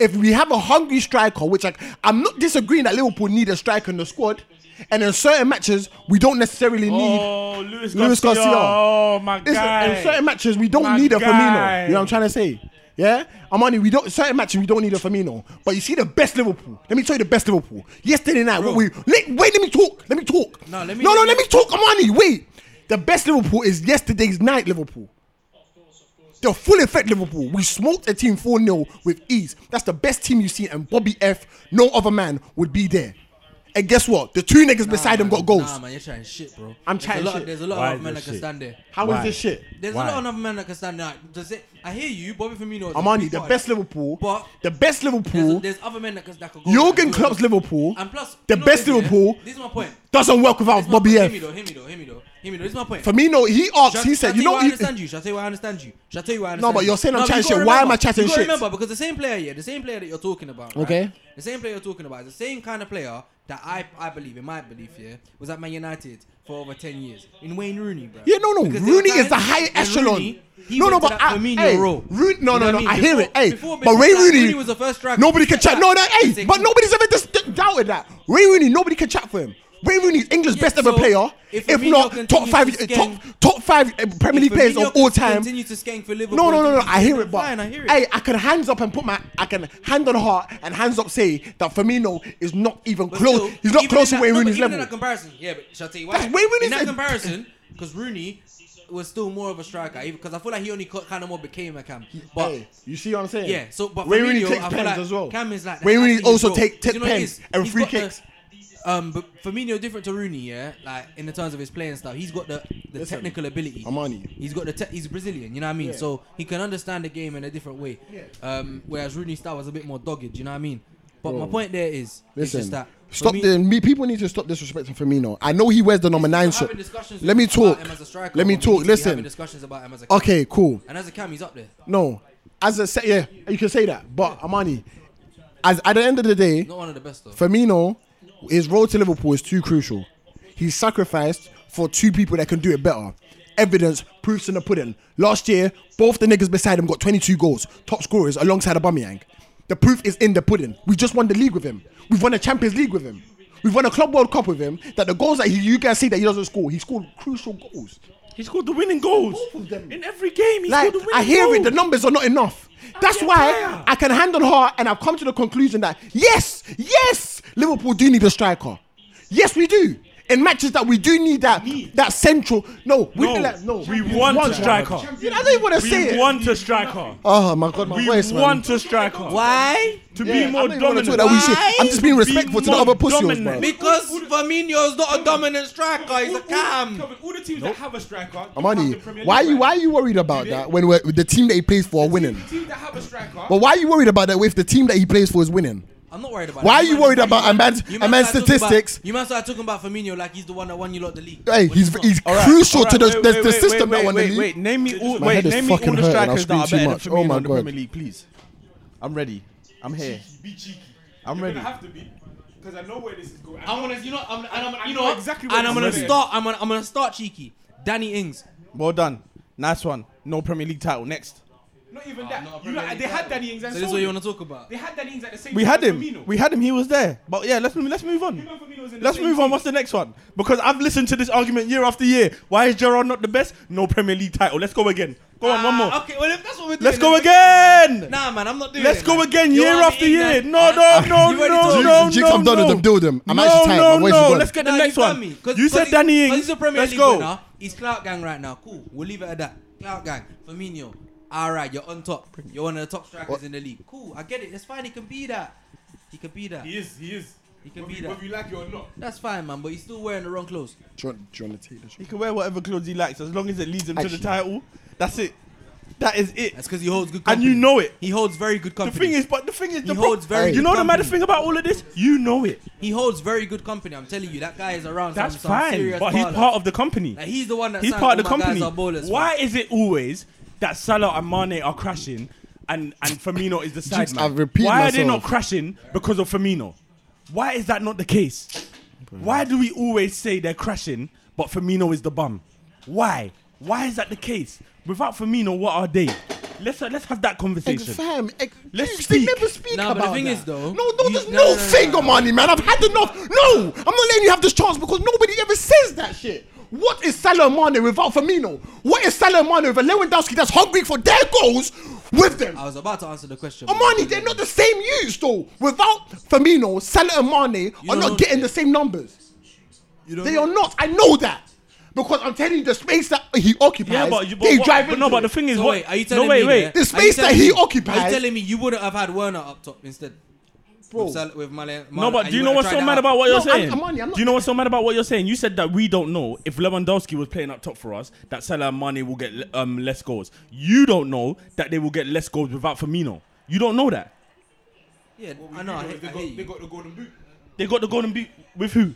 B: If we have a hungry striker, which I, I'm not disagreeing that Liverpool need a striker in the squad, and in certain matches we don't necessarily need
C: Oh, Luis Garcia.
B: Luis Garcia.
C: Oh, my
B: Listen,
C: God.
B: in certain matches we don't
C: My
B: need a
C: guy.
B: Firmino. You know what I'm trying to say? Yeah, Armani, we don't certain matches we don't need a Firmino. But you see the best Liverpool. Let me tell you the best Liverpool. Yesterday night, what we let, wait, let me talk. Let me talk.
E: No, let me-
B: No, no, let me talk, Armani. Wait, the best Liverpool is yesterday's night Liverpool. The full effect Liverpool. We smoked a team 4 0 with ease. That's the best team you've seen, and Bobby F, no other man would be there. And guess what? The two niggas beside him got goals.
E: Nah, man, you're trying shit, bro.
B: I'm
E: There's a
B: chatting
E: lot-
B: shit.
E: There's a lot
C: Why
E: of
C: is
E: men
C: this
E: that can
C: shit?
E: stand there.
B: How is this shit?
E: There's a
C: Why?
E: lot of other men that can stand there. Does it? I hear you, Bobby Firmino. is a
B: Armani,
E: big
B: the
E: boy.
B: best Liverpool.
E: But-
B: the best Liverpool
E: There's, there's other men that can that can go.
B: Jurgen
E: Like,
B: Klopp's Liverpool
E: And plus,
B: the
E: you know
B: best
E: this, yeah?
B: Liverpool
E: This is my point.
B: doesn't work
E: This
B: without
E: is my point.
B: Bobby
E: Hear me
B: F.
E: though. Hear me though. Hear me though. Hear me, though, this is my point.
B: Firmino, he asked,
E: Shall-
B: he
E: shall I
B: said, you know,
E: tell why I
B: he-
E: understand you. Shall I tell you why I understand you? Shall I tell you why I
B: No,
E: understand
B: but
E: you?
B: you're saying I'm
E: but
B: chatting
E: you gotta
B: shit. Why am I
E: remember-
B: chatting
E: you gotta
B: shit?
E: remember, because the same player here, the same player that you're talking about, right?
B: Okay.
E: The same player you're talking about is the same kind of player that I, I believe, in my belief, yeah, was at Man United for over 10 years. In Wayne Rooney, bro.
B: Yeah, no, no.
E: Because there
B: Rooney
E: were
B: is the
E: times
B: high
E: when
B: echelon.
E: Rooney, he
B: no,
E: went
B: no,
E: to
B: but
E: that
B: I,
E: Firmino
B: hey,
E: role.
B: Rooney, no,
E: You know
B: no,
E: what
B: no.
E: mean?
B: I hear it.
E: Before-
B: Hey,
E: before
B: but
E: Benzema,
B: Ray Rooney,
E: Rooney was the first striker.
B: Nobody can
E: Check
B: chat. No,
E: that.
B: that. Hey,
E: It's a-
B: but nobody's ever dis- doubted that. Ray Rooney, nobody can chat for him. Ray Rooney's English
E: Yeah,
B: best ever
E: so
B: player,
E: if
B: if,
E: Firmino
B: not top
E: continues
B: five,
E: to
B: uh,
E: skank-
B: top top five uh, Premier League players of
E: Firmino
B: all
E: can
B: time.
E: Continue to skank for Liverpool.
B: No, no, no, no.
E: then
B: I hear it, but
E: fine, I hear it.
B: hey, I can hands up and put my, I can hand on heart and hands up say that Firmino is not even
E: But
B: close.
E: still,
B: he's not
E: even
B: close to
E: in that-
B: Wayne
E: no, but
B: Rooney's
E: even
B: level.
E: In that comparison, yeah, but shall I tell you why?
B: That's Wayne Rooney's
E: in that
B: a-
E: comparison, because Rooney was still more of a striker, because I feel like he only kind of more became a cam. But
B: Hey, you see what I'm saying?
E: yeah, so but
B: Wayne
E: Firmino,
B: Rooney takes
E: I feel
B: pens
E: like
B: as well.
E: Cam is like
B: Wayne Rooney
E: that's his
B: also
E: role.
B: take-
E: Do
B: take
E: you know what it
B: pens
E: is?
B: and
E: He's
B: free
E: got the-
B: kicks.
E: um, but Firmino different to Rooney, yeah. Like in the terms of his playing style, he's got the, the technical ability.
B: I'm on you.
E: He's got the te- he's Brazilian, you know what I mean. So he can understand the game in a different way. Um, whereas Rooney's style was a bit more dogged, you know what I mean. But my point there is, it's
B: Listen,
E: just that
B: stop
E: Firmi-
B: the me. People need to stop disrespecting Firmino. I know he wears the number nine
E: We're having
B: shirt.
E: discussions
B: Let me
E: about
B: talk.
E: him as a striker,
B: Let me
E: but we
B: talk.
E: need to be having
B: Listen.
E: discussions about him as a cam.
B: Okay, cool.
E: And as a cam, he's up there.
B: No, as a say, yeah, you can say that. But Amani, as at the end of the day,
E: Not one of the best though.
B: Firmino, his role to Liverpool is too crucial. He's sacrificed for two people that can do it better. Evidence proofs in the pudding. Last year, both the niggas beside him got 22 goals, top scorers alongside Aubameyang. The proof is in the pudding. We just won the league with him. We've won the Champions League with him. We've won a Club World Cup with him. That the goals that he, you guys see that he doesn't score, he scored crucial goals.
C: He scored the winning goals. In every game, he
B: Like
C: scored the winning
B: I hear
C: goals.
B: it, the numbers are not enough. That's why
C: player.
B: I can hand on heart, and I've come to the conclusion that yes, yes, Liverpool do need a striker. Yes, we do. In matches that we do need that that central. No, we
C: No,
B: do like, no.
C: we want a striker.
B: You know, I don't even want to say
C: We
B: it.
C: want a striker.
B: oh my god, my
C: We
B: voice, man.
C: want a striker.
E: Why?
C: To
B: Yeah,
C: be more
B: I don't even wanna
C: dominant.
B: talk that we should.
E: Why?
B: I'm just being respectful to the
C: more
B: other pussies, bro.
C: dominant.
E: Because Firmino's not a dominant striker. He's a cam.
F: Kevin, all the teams that have a striker.
B: Amani, why you why are you worried about that when we're, the team that he plays for are winning?
F: The teams that have a striker.
B: But why are you worried about that if the team that he plays for is winning?
E: I'm not worried about.
B: Why
E: that.
B: are you worried about a man's
E: You
B: a
E: man
B: man's
E: started talking
B: statistics?
E: About, you man started talking about Firmino like he's the one that won you lot the league.
B: Hey,
E: When
B: he's
E: not.
B: he's
C: Alright,
B: crucial to
C: alright,
B: the,
C: wait,
B: the,
C: wait,
B: the
C: wait,
B: system
C: wait,
B: that won
C: wait,
B: the league.
C: Wait, name me all,
B: My
C: wait,
B: head is
C: name me all
B: fucking
C: the
B: hurting, I'll
C: strikers that
B: scream
C: are
B: too
C: better
B: much.
C: than
B: Oh
C: Firmino
B: my
C: in the
B: God.
C: Premier League, please. I'm ready. I'm here.
F: Be cheeky.
C: I'm
F: You're
C: ready.
F: gonna have to be because I know where this is going.
D: I'm gonna, you know, I'm, and I'm, you
F: know
D: know,
F: exactly what
E: And I'm
F: he's
E: gonna
F: doing.
E: start. I'm gonna I'm gonna start cheeky. Danny Ings.
C: Well done. Nice one. No Premier League title. Next.
F: Not even
D: Ah,
E: not
F: that.
E: a
F: You
E: Premier
F: know,
E: League
F: they
E: title.
F: had Danny Ings
E: So
F: and
E: this is
F: sold
E: what you
F: him.
E: wanna talk about?
F: They had Danny Ings at the same.
C: We
F: time
C: had
F: as
C: him.
F: Firmino.
C: We had him. He was there. But yeah, let's move- let's move
F: Him
C: on.
F: and Firmino was in the
C: Let's
F: same
C: move on.
F: team.
C: What's the next one? Because I've listened to this argument year after year. Why is Gerard not the best? No Premier League title. Let's go again. Go on, one
E: Ah,
C: more.
E: Okay, well if that's what we're doing.
C: Let's
E: then
C: go
E: we-
C: again.
E: Nah, man, I'm not doing.
C: Let's
E: it,
C: go
E: man.
C: again
E: You
C: year
E: want me
C: after
E: in
C: year.
E: that- Ah,
C: No, no, no,
E: You already
C: no,
E: told
C: no,
E: me.
B: Jigs,
C: no.
B: I'm done with
C: no.
B: them. Deal with them. I'm
C: no,
B: actually tired. My
C: No,
B: voice is
C: no,
B: gone.
C: Let's get the
E: No,
C: next
E: you've done
C: one.
E: me. 'Cause-
C: you
E: 'cause
C: said
E: he-
C: Danny
E: 'cause
C: Ings.
E: He's a Premier
C: let's
E: League
C: go.
E: winner. He's clout gang right now. Cool. We'll leave it at that. Clout gang. Firmino. All right, you're on top. You're one of the top strikers in the league. Cool. I get it. That's fine. He can be that. He can be that.
F: He is. He is.
E: He can
F: Whether
E: be
F: you-
E: that.
F: Whether you like it or not.
E: That's fine, man. But he's still wearing the wrong clothes.
B: Do you, want, do you want to take the shot?
C: He can wear whatever clothes he likes as long as it leads him to
B: Actually.
C: the title. That's it. That is it.
E: That's because he holds good.
C: And
E: Company.
C: you know it.
E: He holds very good
C: The
E: company.
C: thing is, but the thing is, the
E: he holds very.
C: You
E: good
C: know the mad
E: company.
C: thing about all of this? You know it.
E: He holds very good company. I'm telling you, that guy is around.
C: That's
E: some, some
C: fine.
E: serious
C: But he's
E: ballers.
C: part of the company.
E: Like, he's the one that.
C: He's
E: signed
C: part of the
E: all my guys
C: company.
E: are ballers,
C: Why
E: man.
C: is it always that Salah and Mane are crashing and, and Firmino is the
B: Jinx,
C: side man?
B: I've repeated
C: Why are they
B: myself.
C: not crashing because of Firmino? Why is that not the case? Why do we always say they're crashing but Firmino is the bum? Why? Why is that the case? Without Firmino, what are they? Let's uh, let's have that conversation.
B: Fam, ex-
C: Let's
B: they
C: speak.
B: never speak
E: Nah,
B: about
E: but the thing
B: that.
E: is, though,
B: No, no,
E: you-
B: there's no,
E: no, no, no,
B: finger
E: no.
B: money, man. I've had enough. No, I'm not letting you have this chance because nobody ever says that shit. What is Salah and Mane without Firmino? What is Salah and Mane with a Lewandowski that's hungry for their goals with them?
E: I was about to answer the question. but-
B: Amani, they're not the same use though. Without Firmino, Salah and Mane are
E: don't know
B: not getting the
E: this.
B: same numbers.
E: You don't
B: They
E: know.
B: are not. I know that because I'm telling you, the space that he occupies,
C: Yeah, but, you, but,
B: they
C: what-
B: drive
C: but
B: into
C: no, but
B: it.
C: the thing is,
E: So
C: what?
E: wait, are you telling
C: no, wait,
E: me
C: wait.
E: yeah?
B: The
E: Are you
B: space
E: telling
B: that he
E: me- Are
B: occupies-
E: you telling me you wouldn't have had Werner up top instead?
B: Bro.
E: With, Sal- with Male-
C: No,
E: Male-
C: but
E: and
C: do you know
E: would've
C: what's
E: tried
C: so
E: that
C: mad
E: out?
C: about what you're
B: No, I'm-
C: saying?
B: I'm on you, I'm
C: do you know what's so mad about what you're saying? You said that we don't know if Lewandowski was playing up top for us, that Salah and Mane will get le- um, less goals. You don't know that they will get less goals without Firmino. You don't know that.
E: Yeah,
F: What we
E: I
F: do
E: know. I
F: is
E: hate,
F: They
E: I hate
F: got. They
E: you.
F: got the golden boot.
C: They got the golden boot with who?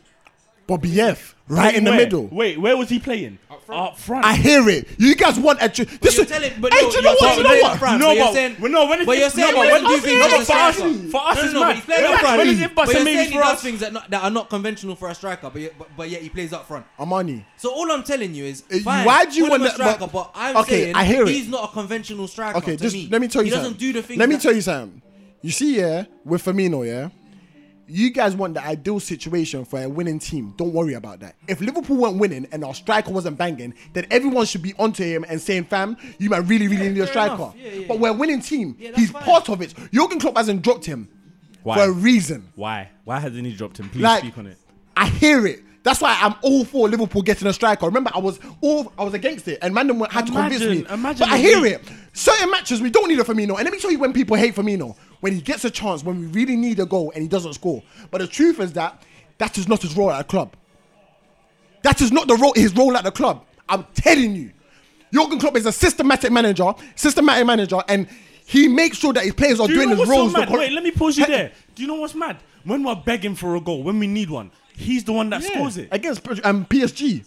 B: Bobby F, right in the
C: Where?
B: middle.
C: Wait, where was he playing? Up front.
B: I hear it. You guys want a tr- this
E: You're
B: is
E: telling, but
B: hey,
E: no,
B: do you know what? Do
E: saying
B: You know
E: he's
B: what?
E: up front,
C: No,
E: but you're
C: but-
E: saying,
C: well, no, when it-
E: but you're
C: no,
E: saying,
C: but
E: but
C: when
E: when do you
C: it's-
E: think
C: no,
E: he's
C: but for
E: a
C: us-
E: striker?
C: for us
E: no, no,
C: it's
E: no,
C: mad.
E: but he's playing
C: When
E: up
C: it's-
E: front.
C: when it's in
E: but
C: Barca,
E: you're
C: maybe
E: saying he
C: for
E: does
C: us-
E: things that, not, that are not conventional for a striker, but, yet- but but yet he plays up front.
B: Armani.
E: So all I'm telling you is,
B: Uh,
E: fine,
B: why do you
E: call him
B: wanna-
E: a striker?
B: but-
E: But, I'm
B: okay,
E: saying
B: I hear it.
E: he's not a conventional striker.
B: Okay,
E: to
B: just
E: me.
B: let me tell you
E: He
B: something.
E: doesn't do the things.
B: Let me
E: that-
B: tell you something. You see, yeah, with Firmino, yeah, you guys want the ideal situation for a winning team. Don't worry about that. If Liverpool weren't winning and our striker wasn't banging, then everyone should be onto him and saying, "Fam, you might really, really need a
E: fair enough.
B: striker."
E: Yeah, yeah,
B: but
E: yeah.
B: we're a winning team.
E: Yeah, that's
B: He's
E: fine.
B: part of it. Jurgen Klopp hasn't dropped him
C: Why?
B: for a reason.
C: Why? Why hasn't he dropped him? Please
B: Like-
C: speak on it.
B: I hear it. That's why I'm all for Liverpool getting a striker. Remember, I was all I was against it, and Random had to convince me.
C: Imagine- imagine
B: but I
C: the
B: hear
C: week-
B: it. Certain matches we don't need a Firmino, and let me tell you when people hate Firmino when he gets a chance, when we really need a goal, and he doesn't score. But the truth is that that is not his role at a club. That is not the role his role at the club. I'm telling you, Jurgen Klopp is a systematic manager, systematic manager, and he makes sure that his players are
C: Do you
B: doing
C: know
B: his
C: what's
B: roles.
C: so mad?
B: the cor-
C: Wait, let me pause you
B: Hey,
C: there. Do you know what's mad? When we're begging for a goal, when we need one, he's the one that scores it.
B: against um, PSG.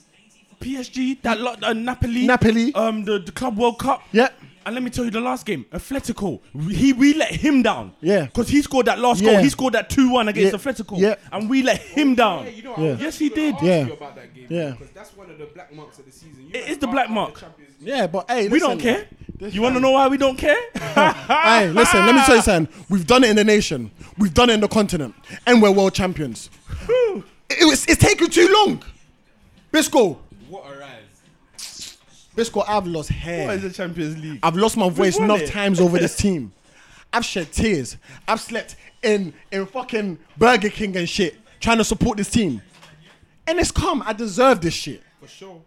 C: PSG, that lot, uh, Napoli,
B: Napoli.
C: um, the, the Club World Cup.
B: Yeah.
C: And let me tell you, the last game, Atletico, we- he we let him down.
B: Yeah.
C: Because he scored that last
B: Yeah.
C: goal. He scored that two one against
B: Yeah.
C: Atletico.
B: Yeah.
C: And we let him down.
F: Yeah, you know, I
B: Yeah.
F: was
C: Yes, he
F: gonna
C: did.
F: ask
B: Yeah.
F: you about that game,
B: Yeah.
F: because that's one of the black marks of the season. You
C: It
F: guys
C: is the
F: are
C: black
F: out of
C: mark.
F: the Champions League.
B: Yeah, but hey,
C: we
B: listen,
C: don't care.
B: this
C: You want to know why we don't care?
B: Hey, listen, let me tell you something. We've done it in the nation. We've done it in the continent. And we're world champions. It was, it's taking too long. Bisco,
F: What a rise!
B: Bisco, I've lost hair.
C: What is the Champions League?
B: I've lost my voice
C: won
B: enough
C: it.
B: times over this team. I've shed tears. I've slept in in fucking Burger King and shit, trying to support this team. And it's come. I deserve this shit. For sure.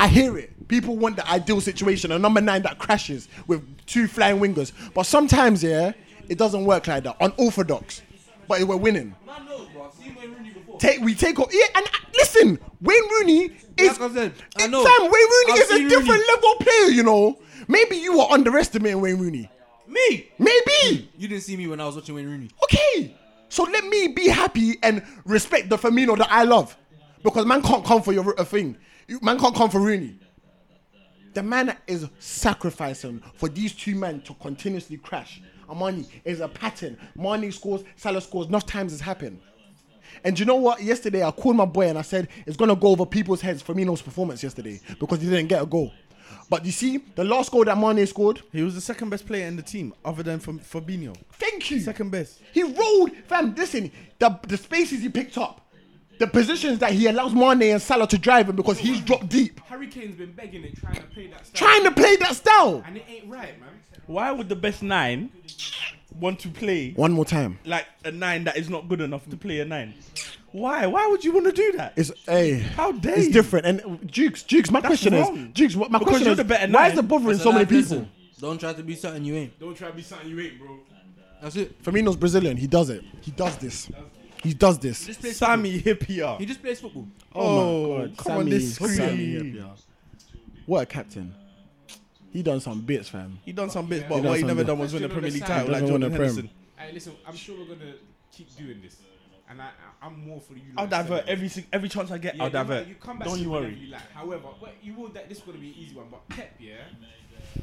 B: I hear it. People want the ideal situation, a number nine that crashes with two flying wingers. But sometimes, yeah, it doesn't work like that. Unorthodox. But we're winning.
E: Man knows, bro. I've seen Wayne Rooney before.
B: Take we take off. Yeah, and uh, listen, Wayne Rooney is.
E: Like I said, I
B: Fam,
E: know.
B: Wayne Rooney
E: I've
B: is a
E: seen
B: different
E: Rooney.
B: level player. You know. Maybe you are underestimating Wayne Rooney.
E: Me?
B: Maybe.
E: You didn't see me when I was watching Wayne Rooney.
B: Okay. So let me be happy and respect the Firmino that I love. Because man can't come for your uh, thing. You- Man can't come for Rooney. The man is sacrificing for these two men to continuously crash. Amani is a pattern. Mane scores, Salah scores. Enough times it's happened. And you know what? Yesterday I called my boy and I said it's gonna go over people's heads Firmino's performance yesterday because he didn't get a goal. But you see, the last goal that Mane scored,
C: He was the second best player in the team, other than from Fabinho.
B: thank you.
C: Second best.
B: He rolled, fam. Listen, the the spaces he picked up, the positions that he allows Mane and Salah to drive him because he's dropped deep,
F: Harry Kane's been begging it, trying to play that style,
B: trying to play that style.
F: and it ain't right, man.
C: Why would the best nine want to play
B: One more time.
C: like a nine that is not good enough to play a nine? Why? Why would you want to do that?
B: It's hey,
C: How dare
B: it's
C: you?
B: different. And uh, Jukes, Jukes, my question
C: wrong.
B: is, Jukes, what my
C: Because
B: question
C: you're
B: is,
C: the better
B: why
C: nine.
B: is it bothering
E: That's
B: so
E: a
B: many
E: life lesson.
B: people?
E: Don't try to be something you ain't.
F: Don't try to be something you ain't, bro.
E: That's it.
B: Firmino's Brazilian. He does it. He does this. He does this.
E: Just plays
C: Sammy Hippier.
E: He just plays football.
C: Oh, come on, this
B: Sammy,
C: screen.
B: yeah, yeah. What a captain. He done some bits, fam.
C: He done some bits,
B: He
C: but
B: done
C: what he
B: some
C: never
B: bits.
C: done was win a Premier League title
B: He
C: like
B: doesn't win
C: Jordan
B: a Prem.
C: Henderson.
F: Hey, listen, I'm sure we're gonna keep doing this, and I, I I'm more for you.
C: I'll
F: lot
C: divert
F: celebrating.
C: every sing- every chance I get.
F: Yeah,
C: I'll
F: you might-
C: divert.
F: You come back
C: Don't
F: to
C: you
F: it whenever
C: worry.
F: You like. However, but you will. That this is gonna be an easy one. But Pep, yeah.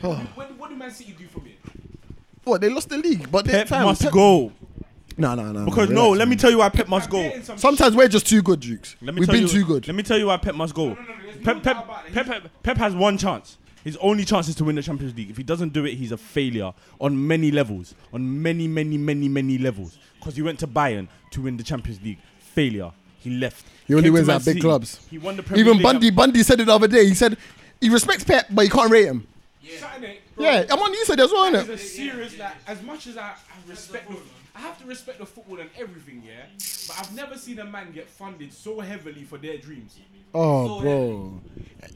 F: what, do- what do Man City do from it?
B: What they lost the league, but they
C: Pep
B: fam,
C: must
B: Pep-
C: go
B: No, no, no.
C: because
B: relax,
C: no. Let
B: man.
C: me tell you why Pep must
F: I'm
C: go.
F: getting some
B: Sometimes we're just too good, Jukes.
C: Let me
B: We've
C: tell
B: been
C: you,
B: too good.
C: Let me tell you why Pep must go.
F: no, no, there's no
C: Pep, Pep,
F: doubt about it.
C: Pep, Pep, Pep has one chance. His only chance is to win the Champions League. If he doesn't do it, he's a failure on many levels. On many, many, many, many levels. Because he went to Bayern to win the Champions League. Failure. He left.
B: He only
C: Came to
B: wins
C: Man
B: at big
C: City.
B: clubs.
C: He won the Premier
B: Even
C: League.
B: Bundy, Bundy said it the other day. He said he respects Pep, but he can't rate him.
F: shot in it, bro.
B: Yeah, I'm on. You said as well,
F: It's a
B: innit?
F: serious like. As much as I, I respect, the, I have to respect the football and everything, yeah. But I've never seen a man get funded so heavily for their dreams.
B: Oh, bro.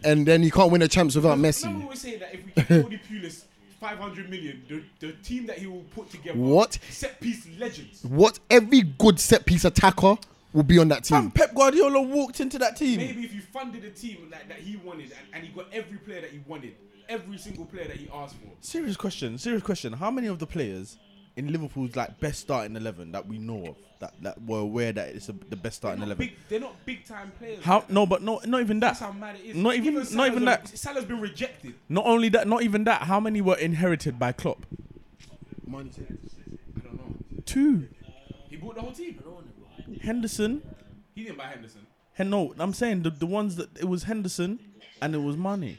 B: And then he can't win a champs without
F: Remember we
B: Messi.
F: always say that if we give Cody Pulis 500 million, the, the team that he will put together.
B: What?
F: Set piece legends.
B: What every good set piece attacker will be on that
C: Fam,
B: team.
C: Pep Guardiola walked into that team.
F: Maybe if you funded a team like, that he wanted and, and he got every player that he wanted, every single player that he asked for.
C: Serious question. Serious question. How many of the players in Liverpool's like best starting eleven that we know of that that we're aware that it's a, the best starting
F: They're not,
C: eleven?
F: big, they're not big time players.
C: How? No, but no, not even that.
F: That's how mad it is.
C: Not even, not
F: Salah's
C: even
F: a-
C: that.
F: Salah's been rejected.
C: Not only that. Not even that. How many were inherited by Klopp?
B: Money.
F: I don't know.
C: Two.
F: He bought the whole team.
C: Henderson.
F: He didn't buy Henderson.
C: Hen- no, I'm saying the, the ones that it was Henderson and it was Mane.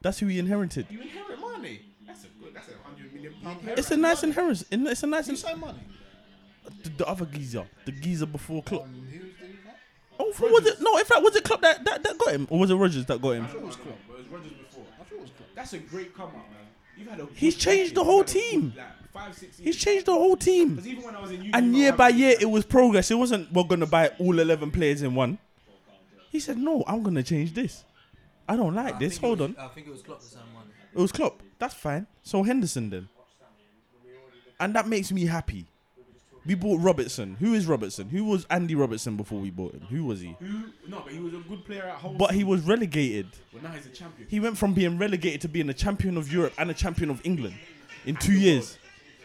C: That's who he inherited.
F: You inherit money. That's a good. That's a hundred million pound player.
C: It's a nice inheritance. It's a nice. In-
D: Sign money.
C: the, the other geezer, the geezer before Klopp.
D: Um, who was doing that?
C: Oh, f- was it? No, in fact, was it Klopp that, that, that got him, or was it Rogers that got him?
F: I don't know, but it was Rodgers before.
D: I thought it was Klopp.
F: That's a great come up, man. You've had a.
C: He's
F: good
C: changed the
F: decade.
C: whole
F: You've had a
C: team.
F: good, like, five, six.
C: He's changed the whole team,
F: Because even when I was in uni,
C: and
F: we
C: year
F: were
C: by
F: having-
C: year, it was progress. It wasn't we're gonna buy all eleven players in one. He said, "No, I'm gonna change this. I don't like this. Hold on,
E: I think it was Klopp the same one.
C: it was Klopp. That's fine. So Henderson then, and that makes me happy. We bought Robertson. Who is Robertson? Who was Andy Robertson before we bought him? Who was he?
F: Who? No, but he was a good player at home.
C: But he was relegated.
F: Well, now he's a champion.
C: He went from being relegated to being a champion of Europe and a champion of England in two years,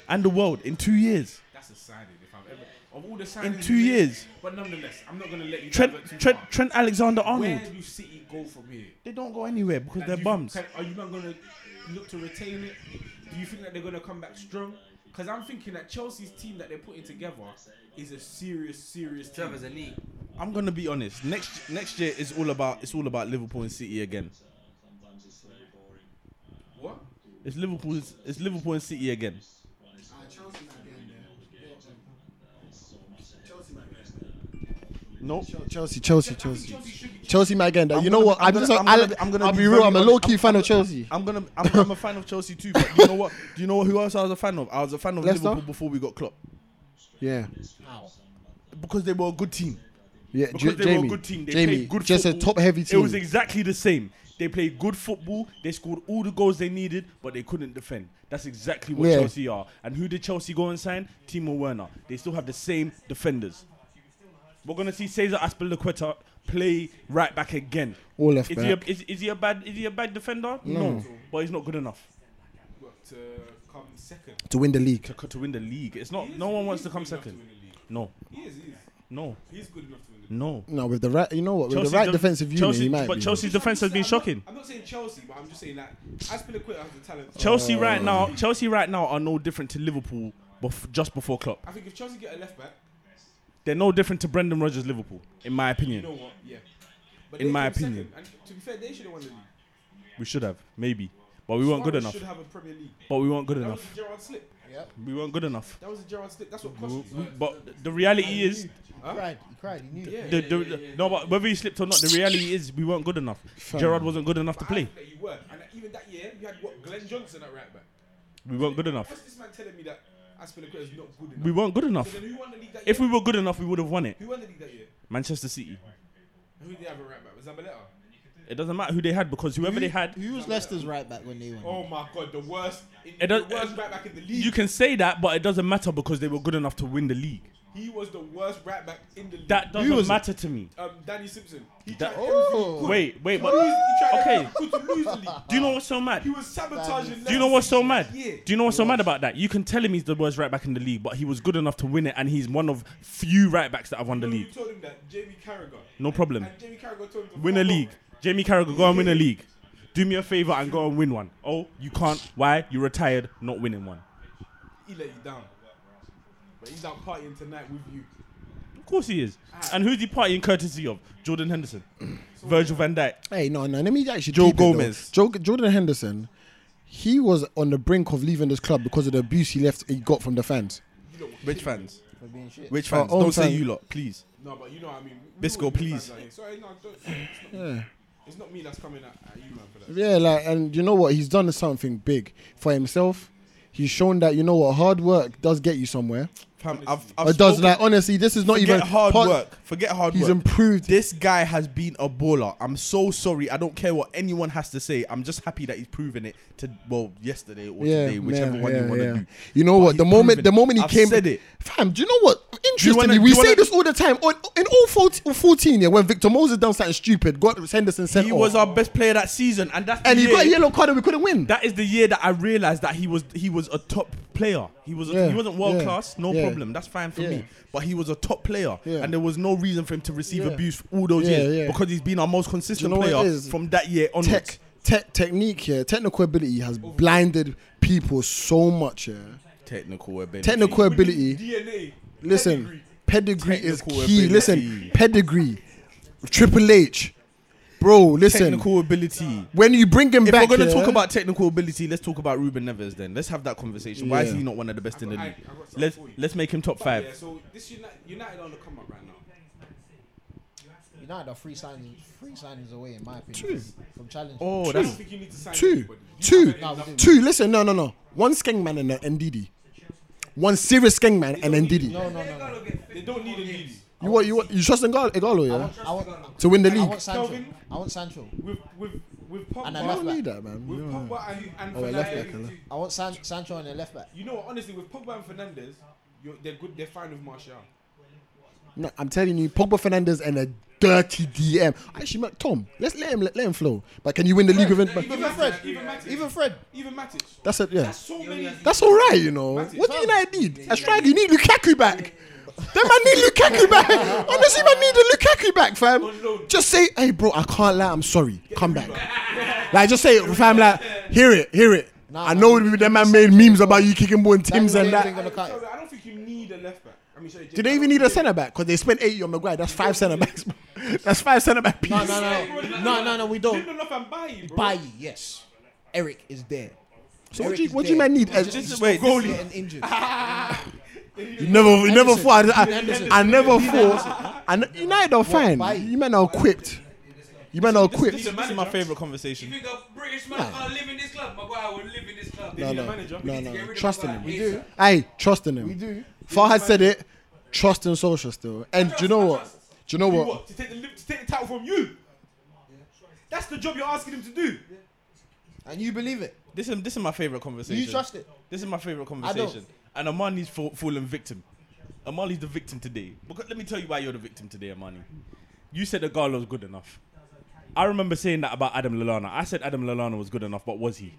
C: and the world in two years.
F: That's a signing. If I've ever of all the signings
C: two
F: we've made.
C: years.
F: But nonetheless, I'm not gonna let you.
C: Trent,
F: divert too
C: Trent,
F: far.
C: Trent Alexander
F: Where
C: Arnold.
F: do City go from here?
C: They don't go anywhere because
F: Like,
C: they're
F: do you-
C: bums.
F: can- are you not going to look to retain it? Do you think that they're going to come back strong? Because I'm thinking that Chelsea's team that they're putting together is a serious, serious team.
E: Trevor's a league.
C: I'm gonna be honest. Next next year is all about it's all about Liverpool and City again.
F: What?
C: It's Liverpool it's Liverpool and City again. No,
B: Chelsea, Chelsea,
F: I think
B: Chelsea.
F: Chelsea should be.
B: Chelsea, my again.
C: I'm
B: You know
C: gonna-
B: what?
C: I'm
B: I'm
C: gonna-
B: just.
C: I'm
B: I'll
C: gonna- I'm
B: I'm
C: gonna
B: gonna
C: be
B: be real.
C: very
B: I'm a
C: honest.
B: low key
C: I'm-
B: fan
C: I'm
B: of Chelsea.
C: I'm gonna. I'm, I'm a fan of Chelsea too. But you know what? Do you know who else I was a fan of? I was a fan of
B: Leicester?
C: Liverpool before we got Klopp
B: Yeah,
C: because they were a good team.
B: yeah.
C: because
B: J-
C: they were a
B: Jamie,
C: good team. They
B: Jamie,
C: played good
B: just a
C: football.
B: top heavy team.
C: It was exactly the same. They played good football. They scored all the goals they needed, but they couldn't defend. That's exactly what
B: Yeah.
C: Chelsea are. And who did Chelsea go and sign? Timo Werner. They still have the same defenders. We're gonna see Cesar Aspilicueta play right back again.
B: All left
C: Is he, a,
B: back.
C: is, is he a bad is he a bad defender? No, but he's not good enough
F: Got to come second.
B: to win the league.
C: to, to win the league. It's not.
F: He is-
C: No one wants to
F: he is
C: come
F: good enough
C: second.
F: win the league.
C: No,
F: He is. He is.
C: no,
F: He is good enough to win the
C: no.
F: league.
B: No, with the right, you know what? With
C: Chelsea's
B: the right
C: de-
B: defensive unit,
C: Chelsea,
B: he might
C: but
B: be.
C: Chelsea's defense has been shocking.
F: I'm not saying Chelsea, but I'm just saying that Aspilicueta has the talent.
C: Chelsea
F: Oh.
C: right now, Chelsea right now are no different to Liverpool bef- just before Klopp.
F: I think if Chelsea get a left back,
C: They're no different to Brendan Rodgers Liverpool, in my
F: you know
C: opinion.
F: what? Yeah. But
C: In
F: they
C: my
F: came second,
C: opinion.
F: and to be fair, they should have won the league.
C: We should have, maybe, but we weren't good
F: Suarez
C: enough.
F: Should have a Premier League.
C: But we weren't good
F: That was
C: enough.
F: a Gerrard slip.
C: We weren't good enough.
F: That was a Gerrard slip. That's what cost us.
C: But the reality is,
D: He cried. He cried. He knew.
F: Yeah.
C: the, the, no, but whether he slipped or not, the reality is we weren't good enough. Gerard wasn't good enough to
F: But I
C: play.
F: think that you were. And even that year, you had what Glenn Johnson at right back.
C: We weren't good enough.
F: What's this man telling me that Aspilicueta is not good enough?
C: We weren't good
F: so
C: enough.
F: then who won the league that
C: If we
F: year?
C: were good enough, we would have won it.
F: who won the league that year?
C: Manchester City.
F: Who did they have at right back? Was
C: Hmm.
F: Zabaleta?
C: It doesn't matter who they had because whoever they had,
D: Who was Leicester's right back when they won?
F: Oh my god, the worst, in,
C: It
F: the
C: does-
F: worst right back in the league.
C: you can say that, but it doesn't matter because they were good enough to win the league.
F: he was the worst right back in the league.
C: That
B: Who
C: doesn't
B: was it?
C: matter to me.
F: um, Danny Simpson. He
C: That-
F: tried everything he could.
C: Wait, wait,
F: He
C: but
F: lose- he tried
C: okay.
F: everything he could to lose the league.
C: Do you know what's so mad?
F: He was sabotaging.
C: Do you know what's so mad?
F: Leicester year.
C: Do you know what's so mad about that? You can tell him he's the worst right back in the league, but he was good enough to win it, and he's one of few right backs that have won the
F: You
C: league.
F: told him that Jamie Carragher.
C: No problem.
F: And Jamie Carragher told him to
C: Win a
F: fuck
C: league.
F: off.
C: Jamie Carragher, go and win a league. Do me a favor and go and win one. Oh, you can't. Why? You're retired, not winning one.
F: He let you down. But he's out partying tonight with you.
C: Of course he is. And who's he partying courtesy of? Jordan Henderson, Virgil van Dijk.
B: Hey, no, no. Let me actually.
C: Joe
B: keep it, though.
C: Gomez.
B: Joe, Jordan Henderson. He was on the brink of leaving this club because of the abuse he left. He got from the fans.
C: Rich fans.
D: For being shit.
C: Rich
B: Our
C: fans.
B: own
C: Don't say
B: fan.
C: you lot, please.
F: No, but you know what I mean. We
C: Bisco,
F: always be
C: please.
F: fans out here. Sorry, no, don't, it's, not,
B: Yeah.
F: it's not me that's coming at, at you, man, for that.
B: Yeah, like, and you know what? He's done something big for himself. He's shown that you know what hard work does get you somewhere.
C: Fam, I've,
B: It does. Like honestly, this is not
C: Forget
B: even
C: hard
B: part-
C: work. Forget hard
B: He's
C: work.
B: improved.
C: This guy has been a baller. I'm so sorry. I don't care what anyone has to say. I'm just happy that he's proven it to well yesterday or
B: Yeah,
C: today, whichever
B: yeah,
C: one
B: yeah,
C: you want to
B: yeah.
C: do.
B: You know
C: But
B: what? The
C: he's
B: moment,
C: proven
B: the
C: it.
B: moment he
C: I've
B: came,
C: said it.
B: fam. Do you know what?
C: you
B: interestingly,
C: wanna- do
B: we
C: you
B: say
C: wanna-
B: this all the time. On, in all 14, 14 yeah, when Victor Moses done something stupid, got Henderson sent
C: He
B: off,
C: was our best player that season, and that's the
B: Oh. and he
C: year-
B: got a yellow card and we couldn't win.
C: That is the year that I realized that he was he was a top player. He was a,
B: Yeah,
C: he wasn't world
B: yeah,
C: class, no
B: yeah.
C: problem. That's fine for
B: Yeah.
C: me. But he was a top player,
B: Yeah.
C: and there was no reason for him to receive
B: Yeah.
C: abuse all those
B: Yeah,
C: years
B: yeah.
C: because he's been our most consistent
B: know what it
C: player
B: is?
C: from that year onwards.
B: Tech, tech, technique here, technical ability has blinded people so much. Yeah,
C: Technical ability.
B: technical ability.
F: DNA.
B: Listen, pedigree, is key.
C: Technical
B: Listen,
C: ability.
B: pedigree. Triple H, bro. Listen,
C: Technical ability.
B: when you bring him
C: If
B: back,
C: we're going to
B: yeah,
C: talk about technical ability, let's talk about Ruben Neves then. Let's have that conversation. Why is
B: Yeah.
C: he not one of the best in the
F: I- I
C: league?
F: got something
C: Let's
F: for you.
C: let's make him top
F: But yeah,
C: five.
F: so this United, United on the come up right now.
D: United are three signings, three signings away, in my opinion, from challenge.
C: Oh,
F: I
C: that's
F: don't think you need to sign
B: two,
F: anybody. You
B: two,
F: haven't
D: No, we
F: enough-
D: didn't.
B: two. Listen, no, no, no. One skeng man and a NDD. One serious skeng man and NDD.
D: No, no, no, no.
F: They don't need a lead.
B: You what? You what? You trust Igalo, Igalo yeah,
D: I want,
B: to win the
D: I
B: league.
D: want Sancho.
F: Kelvin.
D: I want Sancho.
F: With with with Pogba,
D: And I
B: You
D: left
B: don't
D: back.
B: need that, man.
F: with
B: You don't-
F: Pogba and, and
B: Oh, yeah, left back,
F: Fernandes,
B: yeah.
D: I want San, Sancho on the left back.
F: you know what? Honestly, with Pogba and Fernandes, you're, they're good. They're fine with Martial.
B: No, I'm telling you, Pogba Fernandez and a dirty DM. Actually, man, Tom, let's let him let, let him flow. But can you win the league with him?
F: Even
D: Even Fred.
F: Matic, even Matic,
D: Even Fred.
F: even Matic.
B: That's it. Yeah.
F: That's so many.
B: That's all right, you know.
F: Matic.
B: What do United need? A striker. You need Lukaku back. Them man need Lukaku back. Honestly, man need the Lukaku back,
F: On loan.
B: fam. Just say, hey, bro, I can't lie. I'm sorry. Come back. Like, just say it, fam. Like, hear it, hear it.
D: Nah,
B: I
D: man.
B: know them man made memes about you kicking ball and Tim's
D: That
B: and
D: game
B: that.
D: ain't gonna cut it.
F: Sorry, I don't think you need a left back. I mean, sorry,
B: Do they even need a centre back? Because they spent 80 on Maguire. That's five centre backs. bro. That's five centre back
D: No,
B: pieces.
D: no, no, no, no, no, no. We don't.
F: Lindelof and Bailly, bro.
D: Bayi, yes. Eric is there.
B: So what
D: Eric
B: do you,
D: is
B: what do you
D: there.
B: man need? Uh,
D: He's
B: you
D: just
C: wait,
D: getting injured.
F: Ah.
B: never, you never
D: Henderson.
B: thought. I,
D: Henderson.
B: I never thought. I, ne- United are fine.
D: why?
B: You man are equipped. You man are
C: this
B: equipped.
C: is my favorite conversation.
E: You think a British man can't live in this club? Maguire would live in this club.
B: No,
E: He's
B: no,
E: a manager. We
B: no,
E: need to
B: no.
E: get rid of
B: Trust in him.
E: Maguire.
B: We
E: ASAP.
B: Hey, trust in him.
D: We do.
B: Farhad said it. Trust in social still. And do you know
F: I
B: what?
F: trust.
B: Do you know
F: Do
B: what?
F: what? To take the li- to take the title from you. That's the job you're asking him to do.
D: And you believe it?
C: This is this is my favorite conversation.
D: You trust it?
C: This is my favorite conversation. And Amani's fa- fallen victim. Amani's the victim today. Because let me tell you why you're the victim today, Amani. You said that Garlo's good enough. I remember saying that about Adam Lallana. I said Adam Lallana was good enough, but was he?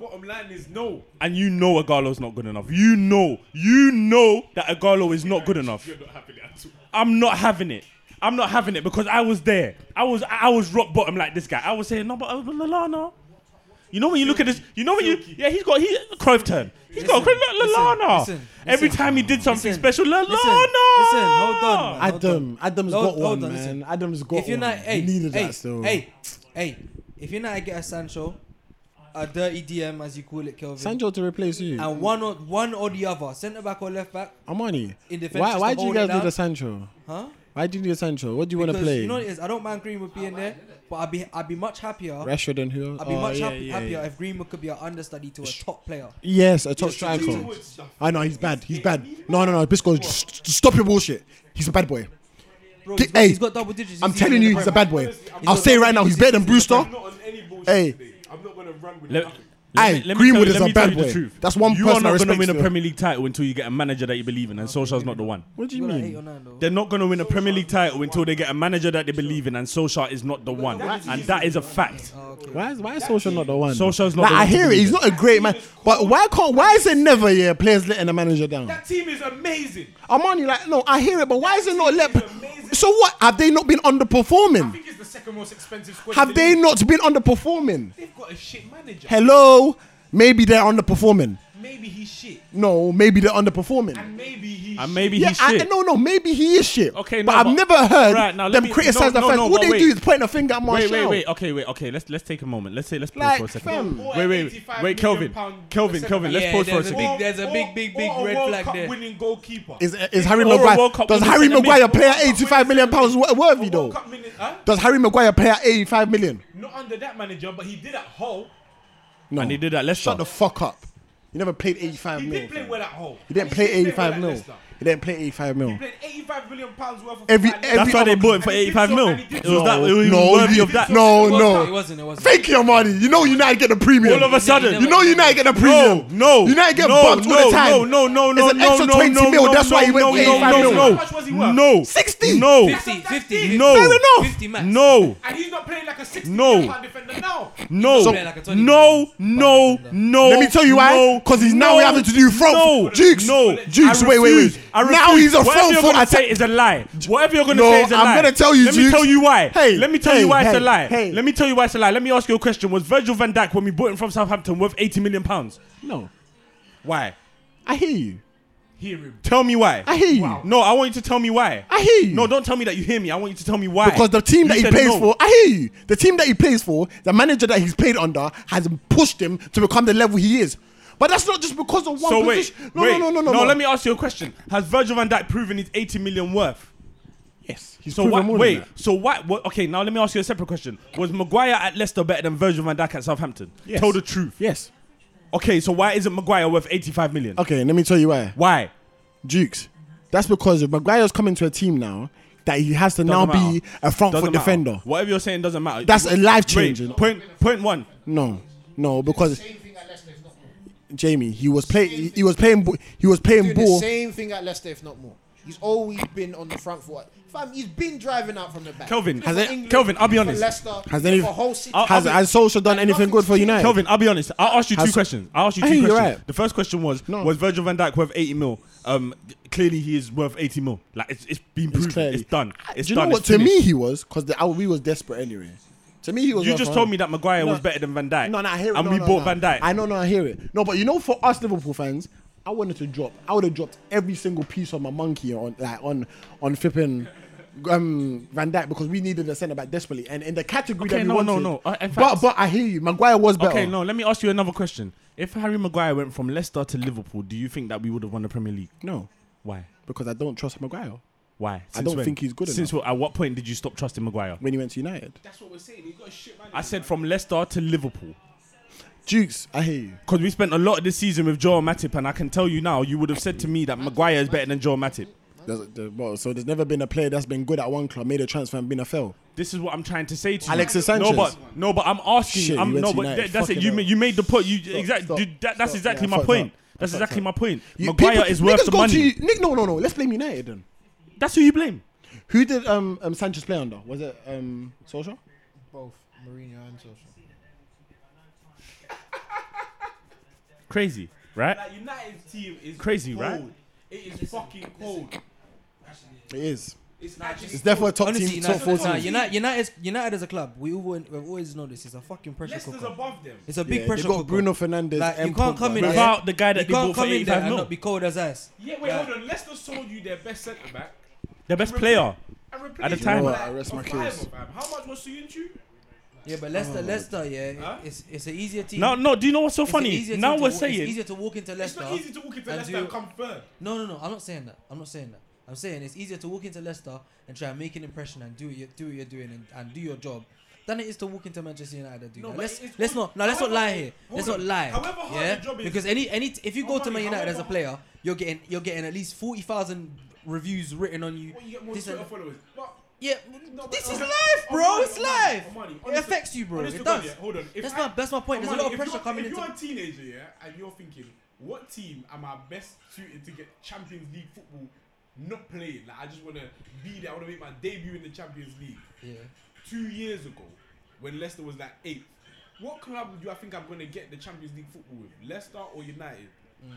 F: Bottom line is no.
C: And you know Agalo's not good enough. You know, you know that Agalo is not good enough.
F: You're not happy at all.
C: I'm not having it. I'm not having it because I was there. I was I was rock bottom like this guy. I was saying no, but uh, Lallana. You know when you look at this, you know when you yeah he's got he Cruyff turn. He's got Cruyff, look,
E: listen,
C: Lallana.
E: listen,
C: Every
E: listen.
C: time he did something
E: Listen,
C: special, Lallana.
E: listen, listen, hold on, man.
B: Adam. Adam's
E: Hold-
B: got
E: hold
B: one,
E: on,
B: man.
E: listen.
B: Adam's got
E: If you're
B: one.
E: not, hey,
B: he needed
E: hey,
B: that still.
E: hey, hey, if you're not, get a Sancho, a dirty DM as you call it, Kelvin,
B: Sancho to replace you.
E: and one or one or the other, centre back or left back,
B: Amani.
E: In defense,
B: Why
E: just
B: why
E: to
B: do you
E: hold it
B: guys
E: down.
B: need a Sancho?
E: huh?
B: Why do you need a Sancho? What do you want to
E: Because
B: play?
E: you know what it is. I don't mind Greenwood being there, but I'd be I'd be much happier.
B: Rashford and who?
E: I'd be
B: Oh,
E: much
B: yeah,
E: hap-
B: yeah,
E: happier
B: yeah.
E: if Greenwood could be an understudy to a top player.
B: Yes, a top
F: Two
B: striker.
F: wood stuff.
B: I know he's bad. He's bad. No, no, no. Bisco, st- stop your bullshit. He's a bad boy.
E: Bro,
B: Ki-
E: he's got,
B: hey,
E: he's got double digits.
B: I'm
E: He's even
B: telling
E: in
B: you,
E: the
B: he's a
E: Prem.
B: bad boy.
F: Honestly, I'm
B: I'll
F: not
B: say
F: gonna-
B: right now, he's better than Brewster.
F: I'm not on any bullshit
B: Hey.
F: today. I'm not gonna run with
C: Let-
F: nothing.
C: let
B: Aye,
C: me- let me
B: Greenwood
C: tell
B: is
C: you- let
B: a
C: me tell
B: bad
C: you the
B: boy.
C: truth.
B: That's one
C: you
B: person I
C: are not going
B: respect
C: to win a
B: still.
C: Premier League title until you get a manager that you believe in, and Solskjaer's not the one.
B: What do you
E: He's got like eight or
B: mean?
E: nine, though.
C: They're not going to win a Premier League title until they get a manager that they believe in, and Solskjaer is not the one. And that is a fact.
B: Why is why is Social not the one?
C: Solskjaer's not
B: Like,
C: the
B: I
C: one to
B: hear
C: do
B: it. He's
C: that.
B: not a great man. But why can't? Why is it never? Yeah, players letting the manager down.
F: That team is amazing.
B: Armani, like, no, I hear it. But why is it not let?
F: amazing.
B: So what? Have they not been
F: I
B: underperforming?
F: think it's the second most expensive squad. in
B: Have
F: the
B: they
F: league.
B: not been underperforming?
F: They've got a shit manager.
B: Hello. Maybe they're underperforming.
F: Maybe he's shit,
B: No, maybe they're underperforming.
F: and maybe he's.
C: And maybe
B: Yeah,
C: he's
B: I,
C: shit.
B: no, no, maybe he is shit.
C: Okay,
B: but
C: no,
B: I've
C: but-
B: never heard
C: Right, now, let
B: them
C: me-
B: criticize the
C: no, no,
B: fans.
C: no,
B: All
C: but
B: they
C: wait.
B: do is point a finger at
C: Wait,
B: Marshall.
C: wait, wait. Okay, wait. Okay, let's let's take a moment. Let's say let's pause
B: Like,
C: for a second.
B: fam.
F: Or
C: Wait, wait,
F: 85
C: wait,
F: million
C: Kelvin,
F: pound
C: Kelvin,
F: second-
C: Kelvin. Let's
E: Yeah,
C: pause for a
E: there's a
C: second.
E: big- there's a big, big, big
F: or a
E: red
F: World
E: flag
F: Cup
E: there.
F: Winning goalkeeper.
B: Is, is Harry
C: Or a
B: Maguire
C: World Cup
B: does
C: winner
B: Harry
C: in the
B: Maguire
C: mid-
B: play at
F: World Cup
B: 85 million
F: winner in
B: pounds
F: the
B: wor-
F: mid-
B: worthy
F: World
B: though?
F: Cup minute- huh?
B: Does Harry Maguire play at 85 million?
F: Not under that manager, but he did at Hull.
B: No.
C: And he did that. Let's
B: Shut the fuck up. He never played 85
F: He
B: mil.
F: did play
B: fam.
F: well at Hull.
B: He didn't play
F: did well
B: 85
F: at
B: mil.
F: Leicester.
B: He didn't play 85 mil.
F: He played 85 million pounds worth of
B: Every-
F: talent.
B: every-
C: That's why they bought him for
F: And he did
C: 85
F: so,
C: mil.
F: and he
C: It was
F: did so.
C: that. It was
B: no,
C: worthy
B: you-
C: of that.
B: no,
E: It
B: no.
E: wasn't. It wasn't.
B: Fake your money. You know United get the premium.
C: All of a sudden,
B: You know United get the premium.
C: No, no.
B: United get
C: no,
B: bumped
C: no,
B: all the time.
C: No, no, no,
B: It's an
C: no,
B: extra
C: no,
B: 20
C: no,
B: mil,
C: no,
B: that's why he went
C: no,
B: for
C: no,
B: 85
C: no,
B: mil.
C: No,
F: How much was he worth?
C: No,
B: 60.
C: No,
E: 50, 50.
C: no,
B: Fair enough.
E: 50 max.
C: no,
F: And he's not playing like a 60
C: No.
F: million pound defender now.
C: no,
E: He's playing like a 20
C: no,
E: million.
C: no, no.
B: Let me tell you why.
C: no,
B: Because he's now
C: no,
B: having to do front.
C: No,
B: Jukes.
C: no,
B: Jukes.
C: I
B: Wait, wait,
C: refuse.
B: wait.
C: I
B: Now
C: refuse.
B: he's a
C: Whatever
B: front
C: you're
B: foot
C: gonna say
B: attack.
C: is a lie. Whatever you're gonna
B: No,
C: say is a
B: I'm
C: lie.
B: gonna tell you,
C: Let me
B: Jukes.
C: tell you why.
B: Hey,
C: let me tell
B: hey,
C: you why it's
B: hey,
C: a lie.
B: hey.
C: Let me tell you why it's a lie. Let me ask you a question. Was Virgil Van Dijk when we bought him from Southampton worth 80 million pounds?
B: No.
C: Why?
B: I hear you.
F: Hear him.
C: Tell me why.
B: I hear you.
C: No, I want you to tell me why.
B: I hear you.
C: No, don't tell me that you hear me. I want you to tell me why.
B: Because the team
C: You
B: that he
C: said
B: plays
C: no.
B: for, I hear you. The team that he plays for, the manager that he's played under, has pushed him to become the level he is. But that's not just because of one
C: So wait,
B: position. no,
C: wait.
B: no, no, no,
C: No, let me ask you a question. Has Virgil van Dijk proven his 80 million worth?
B: Yes. He's
C: So
B: proven
C: why,
B: more than
C: wait.
B: that.
C: So why? What, okay, now let me ask you a separate question. Was Maguire at Leicester better than Virgil van Dijk at Southampton?
B: Yes.
C: Tell the truth.
B: Yes.
C: Okay, so why isn't Maguire worth 85 million?
B: Okay, let me tell you why.
C: Why?
B: Jukes. That's because if Maguire's coming to a team now that he has to now
C: Doesn't
B: be
C: matter.
B: a front
C: Doesn't
B: foot
C: matter.
B: defender.
C: Whatever you're saying doesn't matter.
B: That's a life
C: Wait,
B: changing.
C: point point one.
B: No, no, because Jamie, he was playing. He, he was playing. bo- He was playing
H: doing the
B: ball.
H: same thing at Leicester, if not more. He's always been on the front foot. Fam, he's been driving out from the back.
C: Kelvin,
H: For
C: has it-
H: England,
C: Kelvin, I'll be
H: for
C: honest.
H: Leicester,
B: Has
H: for
B: any-
H: whole city.
C: I'll-
B: Has has Solskjaer done anything good for United?
C: Kelvin, I'll be honest. I asked you two
B: Has-
C: questions. I asked you
B: I
C: two
B: hear you,
C: questions.
B: right.
C: The first question was:
B: No.
C: Was Virgil Van Dijk worth 80 mil? Um, clearly he is worth 80 mil. Like it's, it's been proven. It's,
B: clearly- Uh,
C: done. It's
B: Do you
C: done.
B: know what?
C: It's
B: To me,
C: finished.
B: he was because we was desperate anyway. To me, he was.
C: you
B: worth
C: just
B: a
C: told
B: hundred.
C: me that Maguire was
B: No.
C: better than Van Dijk.
B: No, no, I hear it.
C: And
B: No,
C: we
B: no,
C: bought
B: no.
C: Van Dijk.
B: I know, no, I hear it. No, but you know, for us Liverpool fans, I wanted to drop. I would have dropped every single piece of my monkey on like on on flipping. Um, Van Dijk because we needed a centre back desperately, and in the category
C: Okay,
B: that we
C: no, no,
B: wanted.
C: no. Uh, in
B: but
C: fact-
B: but I hear you. Maguire was better.
C: Okay, no. Let me ask you another question. If Harry Maguire went from Leicester to Liverpool, do you think that we would have won the Premier League?
B: no,
C: Why?
B: because I don't trust Maguire.
C: Why? Since
B: don't
C: when?
B: think he's good
C: Since what, at what point did you stop trusting Maguire?
B: when he went to United.
F: That's what we're saying. He's got a shit man.
C: I said from Leicester to Liverpool
B: Jukes, I hear you.
C: because we spent a lot of this season with Joel Matip, and I can tell you now, you would have said to me that Maguire is better than Joel Matip.
B: There's- there- well, so there's never been a player that's been good at one club, made a transfer and been a fail.
C: This is what I'm trying to say to you.
B: Alexis
C: No,
B: Sanchez.
C: but no, but I'm asking.
B: Shit,
C: I'm,
B: you went
C: no,
B: to
C: but
B: United.
C: that- that's it.
B: Fucking
C: You,
B: hell.
C: ma- you made the point. You
B: Stop,
C: exactly.
B: stop,
C: dude, that- That's
B: stop.
C: exactly
B: Yeah,
C: my
B: fucked
C: point.
B: up.
C: That's
B: Fucked
C: exactly
B: up.
C: my point.
B: You-
C: Maguire
B: people-
C: is worth
B: niggas
C: the
B: go to
C: money.
B: you- Nick, no, no, no. Let's blame United then.
C: That's who you blame.
B: Who did um, um Sanchez play under? Was it um Solskjaer?
H: both Mourinho and Solskjaer.
C: Crazy, right?
F: That United team is
C: Crazy,
F: cold.
C: right?
F: It is fucking cold.
B: It is.
F: It's actually
B: It's definitely a top
E: Honestly,
B: team,
E: United,
B: top four
E: nah,
B: team.
E: United, United, United as a club, we all, we've always known this. It's a fucking pressure
F: Leicester's
E: cooker.
F: above them.
E: It's a
B: Yeah,
E: big
B: they
E: pressure
B: got
E: cooker.
B: Bruno Fernandes
E: Like, you
B: and
E: can't
B: Pogba.
E: come
B: Right?
E: in there.
C: Without the guy that
E: you
C: they
E: can't
C: bought for
E: come in
C: 85
E: there and
C: mil.
E: not be cold as ice.
F: Yeah, wait, hold on. Leicester sold you their best centre back.
C: The best player. At
F: And replaced
C: the
F: him
C: time-
F: with
B: You know what, I rest
F: a
B: my
F: fiver,
B: case.
F: fam. How much was Suyuncu?
E: Yeah, but
B: Oh,
E: Leicester, Leicester, yeah, it's it's an easier team.
C: No, no. Do you know what's so
E: It's an
C: funny?
E: easier
C: Now
E: team to
C: we're
E: walk- it's
C: saying
E: easier to walk into
F: It's
E: Leicester.
F: not easy to walk into
E: and
F: Leicester
E: do-
F: and come third.
E: No, no, no. I'm not saying that. I'm not saying that. I'm saying it's easier to walk into Leicester and try and make an impression and do what you're, do what you're doing and, and do your job than it is to walk into Manchester United and do
F: No,
E: that.
F: but
E: Let's
F: it's-
E: let's not no, let's not
F: however-
E: lie here. Let's
F: hold
E: not
F: on.
E: lie.
F: However hard
E: yeah,
F: the job is-
E: because any any t- if you go to
F: However-
E: Man United as a
F: however-
E: player, you're getting you're getting at least forty thousand reviews written on you.
F: What you get more
E: This
F: Twitter
E: and-
F: followers. But
E: yeah,
F: No,
E: this
F: but- uh,
E: is
F: Omani,
E: life, bro.
F: Omani, Omani,
E: it's
F: Omani,
E: life. it
F: honest to-
E: affects you, bro.
F: honest
E: It
F: to God,
E: does.
F: yeah, Hold on. If
E: That's
F: I-
E: my that's my point. There's a
F: Omani,
E: lot of
F: Oh if
E: pressure
F: you're-
E: coming
F: If
E: into.
F: you're a teenager, yeah, and you're thinking, what team am I best suited to get Champions League football? Not playing. Like I just want to be there. I want to make my debut in the Champions League.
E: Yeah.
F: Two years ago, when Leicester was like eighth, what club do I think I'm going to get the Champions League football with? Leicester or United?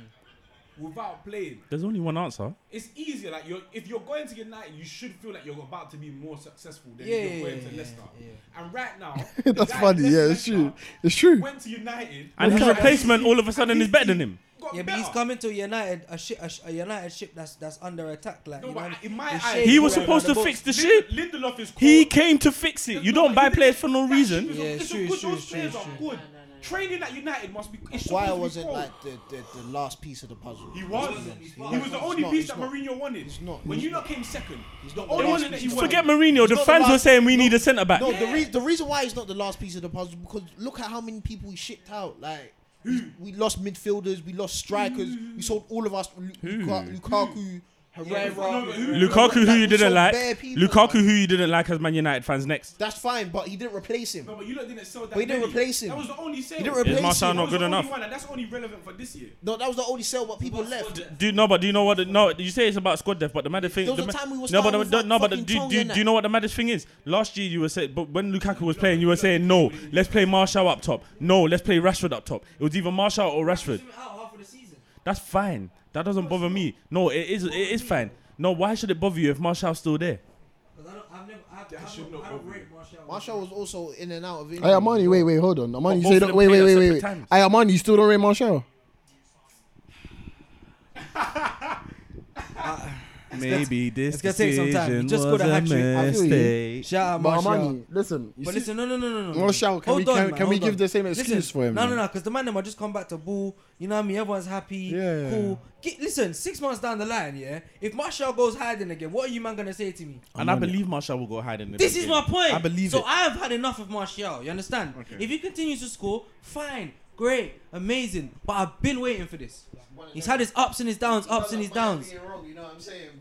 E: Mm.
F: Without playing,
C: there's only one answer.
F: it's easier. Like you're, if you're going to United, you should feel like you're about to be more successful than
E: Yeah,
F: if
E: yeah,
F: you're going
E: yeah,
F: to
E: yeah,
F: Leicester.
E: yeah.
F: And right now,
B: That's funny. Yeah, it's true. It's true.
F: Went to United,
C: And his
F: got-
C: replacement all of a sudden is better than him.
F: got
E: Yeah, but he's
F: better.
E: coming to United a ship, a, sh- a United ship that's that's under attack. Like
F: No,
E: you
F: but
E: know,
F: in my
E: the
F: eyes-
E: shape
C: He was
E: going
C: supposed
E: around
C: to
E: the
C: fix
E: box.
C: the
F: Lin-
C: ship.
F: Lindelof is.
C: He
F: cold.
C: came to fix it. You don't buy players for no
F: That shit
C: reason.
F: is
E: Yeah,
F: a-
E: it's
F: it's a
E: true,
F: good-
E: it's true,
F: Those
E: it's
F: players
E: true,
F: are
E: it's true.
F: good. Training at United must be. It's supposed to
H: Why
F: be
H: wasn't
F: cold.
H: like the, the, the last piece of the puzzle?
F: He was. He was the
H: He's
F: only
H: not,
F: piece
H: he's
F: that
H: not.
F: Mourinho wanted.
H: He's not,
F: When
H: he's
F: you lot came second,
H: He's
F: the
H: not.
F: only
H: They
F: one
H: want-
F: that he wanted.
C: Forget Mourinho. The
H: not
C: fans
H: about-
C: were saying we need a centre back.
H: No, the, re- the reason why he's not the last piece of the puzzle because look at how many people we shipped out. Like
B: Hmm. Hmm.
H: we lost midfielders, we lost strikers, we sold all of us. Lu- Luka- Lukaku,
I: Herrera.
C: Lukaku, who you
D: We sold
C: didn't like.
D: bare people,
C: Lukaku,
D: man.
C: who you didn't like as Man United fans. Next,
D: That's fine, but he didn't replace him.
F: No, but you lot didn't sell that.
D: But he didn't
F: many.
D: replace him.
F: That was the only sale.
D: He didn't replace
C: is Martial
D: him.
C: not
F: That was
C: good
F: the only
C: enough?
F: one, and that's only relevant for this year.
D: No, that was the only sale what people left.
C: Do you know? But do you know what? The, no, you say it's about squad depth, but the maddest thing.
D: There was
C: the
D: a time we was
C: no, but
D: starting
C: the,
D: with,
C: no,
D: like,
C: no, but the,
D: fucking
C: do,
D: Tonga
C: do,
D: and
C: do you know what the maddest thing is? Last year you were saying, but when Lukaku was playing, you were saying no, let's play Marshall up top. No, let's play Rashford up top. It was either Marshall or Rashford. That's fine. That doesn't bother me. No, it is. It is fine. No, why should it bother you if Marshall's still there?
D: Marshall was also in and out of
B: Hey,
D: injury.
B: Armani, wait, wait, hold on. Armani, you
C: both
B: say
C: of
B: that.
C: them
B: Wait, wait,
C: played
B: wait,
C: at
B: wait, wait.
C: separate times.
B: Hey, Armani, you still don't rate Marshall?
J: Maybe this
E: it's gonna take some time. You just scored a hat trick. I
B: feel you.
E: Shout out
B: But
E: Martial.
B: Armani, listen. You
E: But
B: see,
E: listen, no, no, no, no, no. no.
B: Martial, can
E: Hold
B: we- can-
E: man,
B: can we
E: hold
B: give the same excuse for him,
E: No, no,
B: man?
E: no, because the man them might just come back to ball. You know what I mean? Everyone's happy.
B: Yeah.
E: Cool. Get, listen, six months down the line, yeah. If Marshall goes hiding again, what are you man gonna say to me?
C: And I believe Marshall will go hide in the.
E: This is my point.
C: I believe
E: so
C: it.
E: I have had enough of Martial. You understand? If he continues to score, fine, great, amazing. But I've been waiting for this. He's had his ups and his downs, ups and his downs.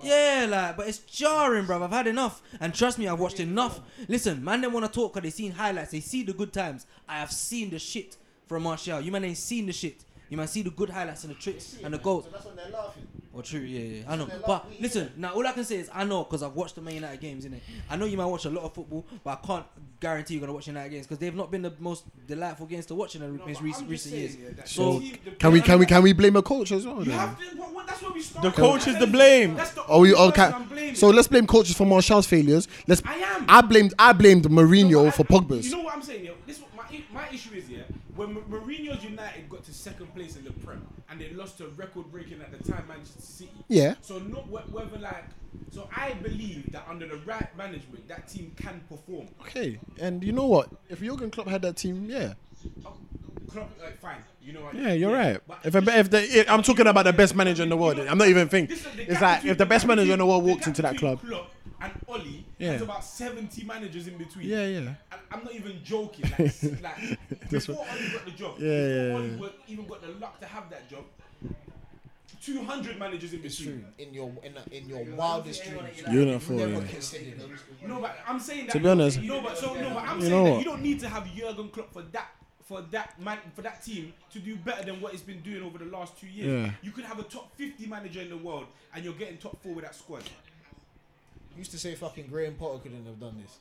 E: Yeah, like, but it's jarring, bruv. I've had enough. And trust me, I've watched enough. Listen, man, they want to talk because they seen highlights. They see the good times. I have seen the shit from Martial. You man ain't seen the shit. You man see the good highlights and the tricks and the goals.
D: That's when they're laughing.
E: Well, true, yeah, yeah, I know. But listen, now all I can say is I know because I've watched the Man United games, innit? I know you might watch a lot of football, but I can't guarantee you're going to watch United games because they've not been the most delightful games to watch in the
F: No,
E: recent,
F: but I'm
E: recent,
F: just saying,
E: years.
F: yeah, that
E: So,
F: the team- the
B: Can we
F: player-
B: can we can we blame a coach as well?
F: You
B: Then?
F: have to. What, what, that's what we started.
C: coach is to blame.
F: That's the
B: Oh,
F: only
B: you okay?
F: person I'm blaming.
B: So let's blame coaches for Martial's failures. Let's.
F: I am.
B: I blamed I blamed Mourinho
F: No, but I-
B: for Pogba's.
F: You know what I'm saying? Yeah? This what my my issue is yeah. When M- Mourinho's United got to second place in the Prem and they lost to record breaking at the time Manchester City.
B: Yeah.
F: So not wh- whether like. So I believe that under the right management, that team can perform.
B: okay, and you know what? If Jurgen Klopp had that team, yeah,
F: Oh, Klopp, uh, fine. You know what?
B: yeah, you're right.
F: But
B: If a, if the if, I'm talking about the best manager in the world, I'm not even thinking.
F: This is the
B: It's
F: gap
B: like
F: between-
B: if the best
F: gap
B: manager in the world
F: between-
B: walked into
F: gap
B: that club.
F: between Klopp and Ollie,
B: Yeah.
F: there's about 70 managers in between.
B: Yeah, yeah.
F: And I'm not even joking. Like, s- like
B: That's
F: before Ollie got the job,
B: Yeah, yeah,
F: before Ollie
B: yeah.
F: wa- even got the luck to have that job, 200 managers in between.
D: In your in, the- in your wildest dreams,
B: You're not for
D: never
B: it.
D: considered them.
F: No, but I'm saying that.
B: To be honest-
F: no, but so no, but I'm
B: You
F: saying
B: know
F: that
B: what?
F: you don't need to have Jurgen Klopp for that. For that man, for that team to do better than what it's been doing over the last two years,
B: Yeah.
F: you could have a top 50 manager in the world and you're getting top four with that squad.
D: Used to say fucking Graham Potter couldn't have done this.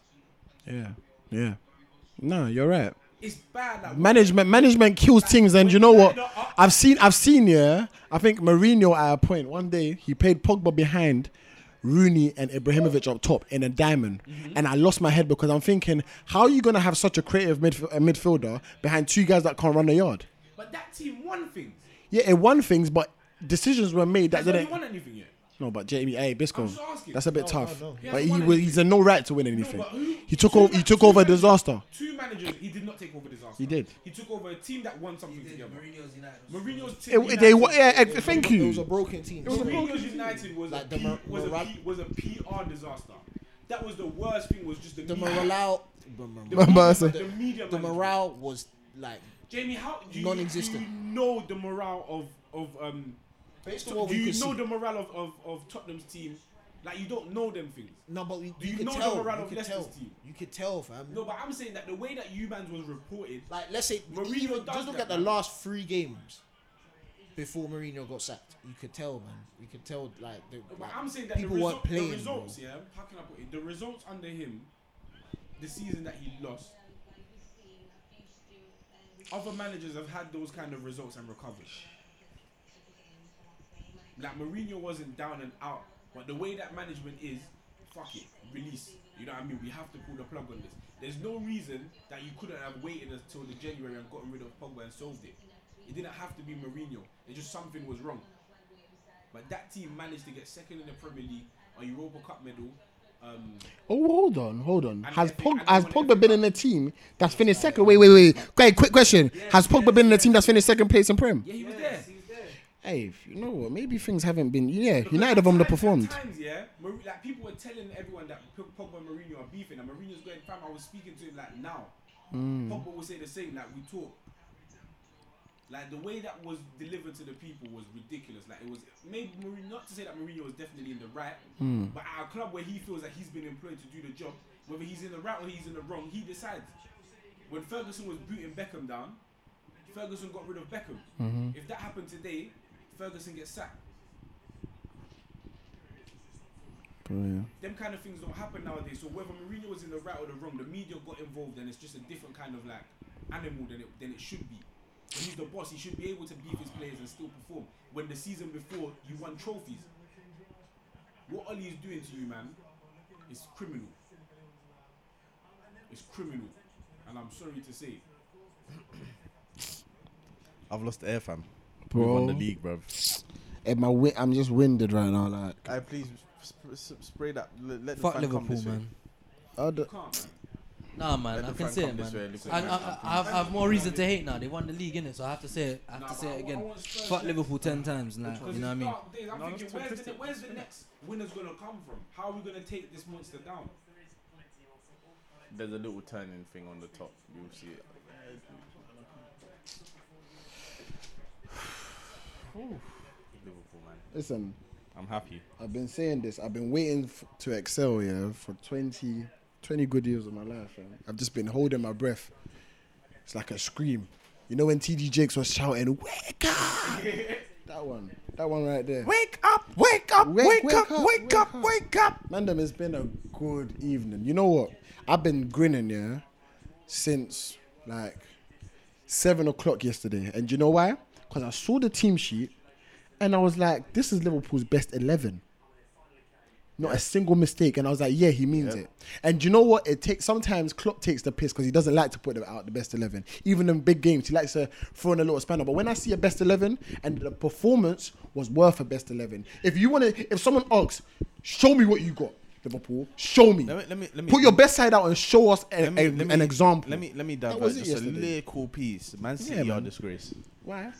B: Yeah, yeah. No, you're right.
F: It's bad. Like,
B: Management management kills things, and you know what? I've seen I've seen yeah. I think Mourinho at a point one day he played Pogba behind Rooney and Ibrahimovic up top in a diamond,
F: Mm-hmm.
B: and I lost my head because I'm thinking, how are you gonna have such a creative midf- uh, midfielder behind two guys that can't run the yard?
F: But that team won things.
B: Yeah, it won things, but decisions were made that
F: Has he
B: didn't.
F: won anything yet?
B: No, but Jamie, hey, Bisco,
F: I'm just asking.
B: that's a bit
F: No,
B: tough.
D: no, no.
B: But
F: hasn't
B: he
F: won
B: was,
F: anything.
B: he's a no right to win
F: No,
B: anything.
F: but who-
B: he took
F: two
B: over.
F: ma-
B: He took
F: two
B: over a
F: managers-
B: disaster.
F: Two managers. He did not take over disaster.
B: He did.
F: He took over a team that won something together. Mourinho's team.
B: It, they,
F: United-
B: yeah, eh,
D: It was
B: thank
D: a- It was a
B: you.
D: broken team.
B: was a
D: Sorry.
B: broken
F: Mourinho's United was a
D: Like the
F: P-
D: Mor-
F: was a
D: Moral-
F: P- was a PR disaster. That was the worst thing. Was just the
D: the
F: media-
D: morale,
F: the
D: the
F: media-
B: Mercer.
F: The media. management.
D: morale was like
F: Jamie, how do you,
D: Non-existent.
F: do you know the morale of of um?
D: based on what
F: Do
D: we
F: you
D: could
F: know
D: see.
F: the morale of, of, of Tottenham's team? Like you don't know them things.
D: No, but we,
F: Do you
D: could
F: know the
D: tell.
F: morale
D: you
F: of
D: could
F: Leicester's
D: tell.
F: team?
D: You could tell, fam.
F: No, but I'm saying that the way that Humans was reported,
D: Like, let's say,
F: Mourinho
D: even,
F: does
D: just look
F: that,
D: at the
F: man.
D: last three games before Mourinho got sacked. You could tell, man. You could tell, like, the,
F: but
D: like,
F: I'm saying that
D: people
F: the,
D: weren't
F: result,
D: playing.
F: the results,
D: bro.
F: yeah, how can I put it? The results under him, the season that he lost, other managers have had those kind of results and recovered. Like Mourinho wasn't down and out, but the way that management is, fuck it, release. You know what I mean? We have to pull the plug on this. There's no reason that you couldn't have waited until the January and gotten rid of Pogba and solved it. It didn't have to be Mourinho. It's just something was wrong. But that team managed to get second in the Premier League, a Europa Cup medal. Um,
B: Oh, hold on, hold on.
F: And
B: Has
F: if it-
B: Pog,
F: and
B: has
F: if it-
B: Pogba been in a team that's finished second? Wait, wait, wait. Quick, quick question. Has Pogba been in a team that's finished second place in Prem?
F: yeah, he was there.
B: Hey, if you know what? Maybe things haven't been. Yeah,
F: Because
B: United have
F: at times-
B: underperformed.
F: at Times, yeah, Mar- like people were telling everyone that P- Pogba and Mourinho are beefing, and Mourinho's going,
B: Hmm.
F: "Fam, I was speaking to him like now." Pogba will say the same. Like we talk. Like the way that was delivered to the people was ridiculous. Like it was maybe Mourinho, not to say that Mourinho was definitely in the right,
B: Hmm.
F: but at a club where he feels that he's been employed to do the job, whether he's in the right or he's in the wrong, he decides. When Ferguson was booting Beckham down, Ferguson got rid of Beckham.
B: Mm-hmm.
F: If that happened today, Ferguson gets sacked. Them kind of things don't happen nowadays. So whether Mourinho was in the right or the wrong, the media got involved, and it's just a different kind of like animal than it than it should be. When he's the boss, he should be able to beat his players and still perform. When the season before you won trophies, what Oli is doing to you, man, is criminal. It's criminal, and I'm sorry to say.
C: I've lost air, fam.
B: Bro.
C: We've won the league, bro.
B: And my wi- I'm just winded right now. Like,
K: I please sp- sp- spray that. Let, let the
E: Fuck
K: fan come
E: Liverpool,
K: this way.
E: man.
B: how the-
F: Can't, man.
E: Nah, man,
K: Let
E: I
K: the
E: can
K: fan
E: say
K: come
E: it,
K: this way
E: man.
K: and listen
E: I, I,
K: to it.
E: I, I have, I have more reason to hate now. They won the league, innit? So I have to say it. I have to say it again. Fuck Liverpool ten times, like,
F: Because
E: you know what I
F: it's
E: mean?
F: dark days. I'm thinking, where's the, where's the next winner's gonna come from? How are we gonna take this monster down?
K: There's a little turning thing on the top. You'll see it. Liverpool, man.
B: listen,
C: I'm happy.
B: I've been saying this. I've been waiting f- to excel, yeah, for 20, 20 good years of my life. Man. I've just been holding my breath. It's like a scream. You know when TD Jakes was shouting, "Wake up!" that one, that one right there.
C: Wake up! Wake up!
B: Wake-
C: Wake,
B: wake
C: up!
B: up,
C: Wake
B: wake
C: up!
B: up.
C: Wake up!
B: Mandem, it's been a good evening. You know what? I've been grinning, yeah, since like seven o'clock yesterday. And you know why? Because I saw the team sheet and I was like, this is Liverpool's best 11. Not a single mistake. And I was like, yeah, he means it. And you know what? It takes sometimes Klopp takes the piss because he doesn't like to put them out the best eleven. Even in big games, he likes to throw in a little spanner. But when I see a best eleven and the performance was worth a best eleven. If you want to if someone asks, show me what you got, Liverpool. Show me.
K: Let me- let me- let me-
B: put your best side out and show us a,
K: Let me-
B: a-
K: let me-
B: an example.
K: Let me let me
B: was
K: divert
B: it
K: just a
B: yesterday.
K: lyrical piece. Man City are
B: man.
K: disgrace.
B: why?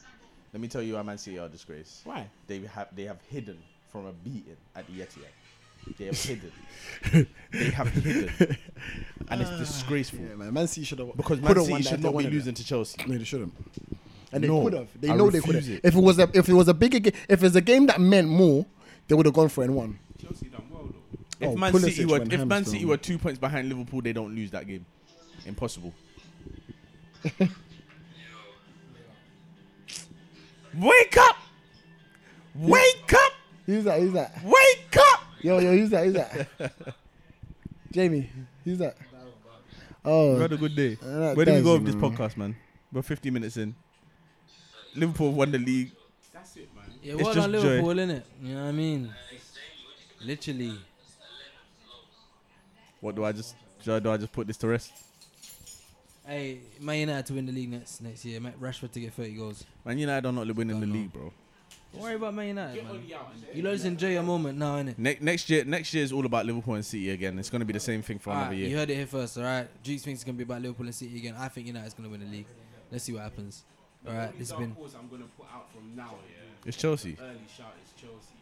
K: Let me tell you why Man City are a disgrace.
B: Why?
K: They have they have hidden from a beating at the Etihad. They have hidden. they have hidden, and it's disgraceful
B: Yeah, man. Man City should have
K: because Man
B: could've
K: City
B: won that if
K: should
B: they
K: not be
B: wanted it.
K: losing to Chelsea.
B: No, they shouldn't. And they
K: No,
B: could have. They
K: I
B: know they could
K: refuse
B: have.
K: it.
B: If it was a if it was a bigger game, if it's a game that meant more, they would have gone for it and won.
F: Chelsea done well though.
K: If
B: Oh,
K: Man
B: Pulisic
K: City were
B: went
K: if Man
B: hamstrung.
K: City were two points behind Liverpool, they don't lose that game. Impossible.
C: Wake up! Wake up!
B: Who's that? Who's that?
C: Wake up!
B: Yo, yo, who's that? Who's that? Jamie, who's that?
C: We
B: Oh,
C: had a good day.
B: Uh, that
C: Where do we go
B: does,
C: with this
B: man.
C: podcast, man? We're 50 minutes in. Liverpool have won the league.
F: That's it, man.
E: Yeah,
C: It's
E: well
C: just
E: done
C: joy.
E: Liverpool, innit? You know what I mean? Literally.
C: What do I just do? I, do I just put this to rest?
E: Hey, Man United to win the league next next year. Matt Rashford to get 30 goals.
C: Man United are not winning the league, bro.
E: Don't worry about Man United,
F: Get
E: man.
F: Oli out and
E: You loads enjoy your moment now, innit?
C: Ne- next year, next year is all about Liverpool and City again. It's going to be the same thing for another
E: Alright,
C: year.
E: you heard it here first, all right? Jukes thinks it's going to be about Liverpool and City again. I think United's going to win the league. Let's see what happens. All right,
F: Only
E: this has
F: dark
E: been.
F: horse I'm gonna put out from now, yeah.
C: It's Chelsea.
F: Early shout is Chelsea.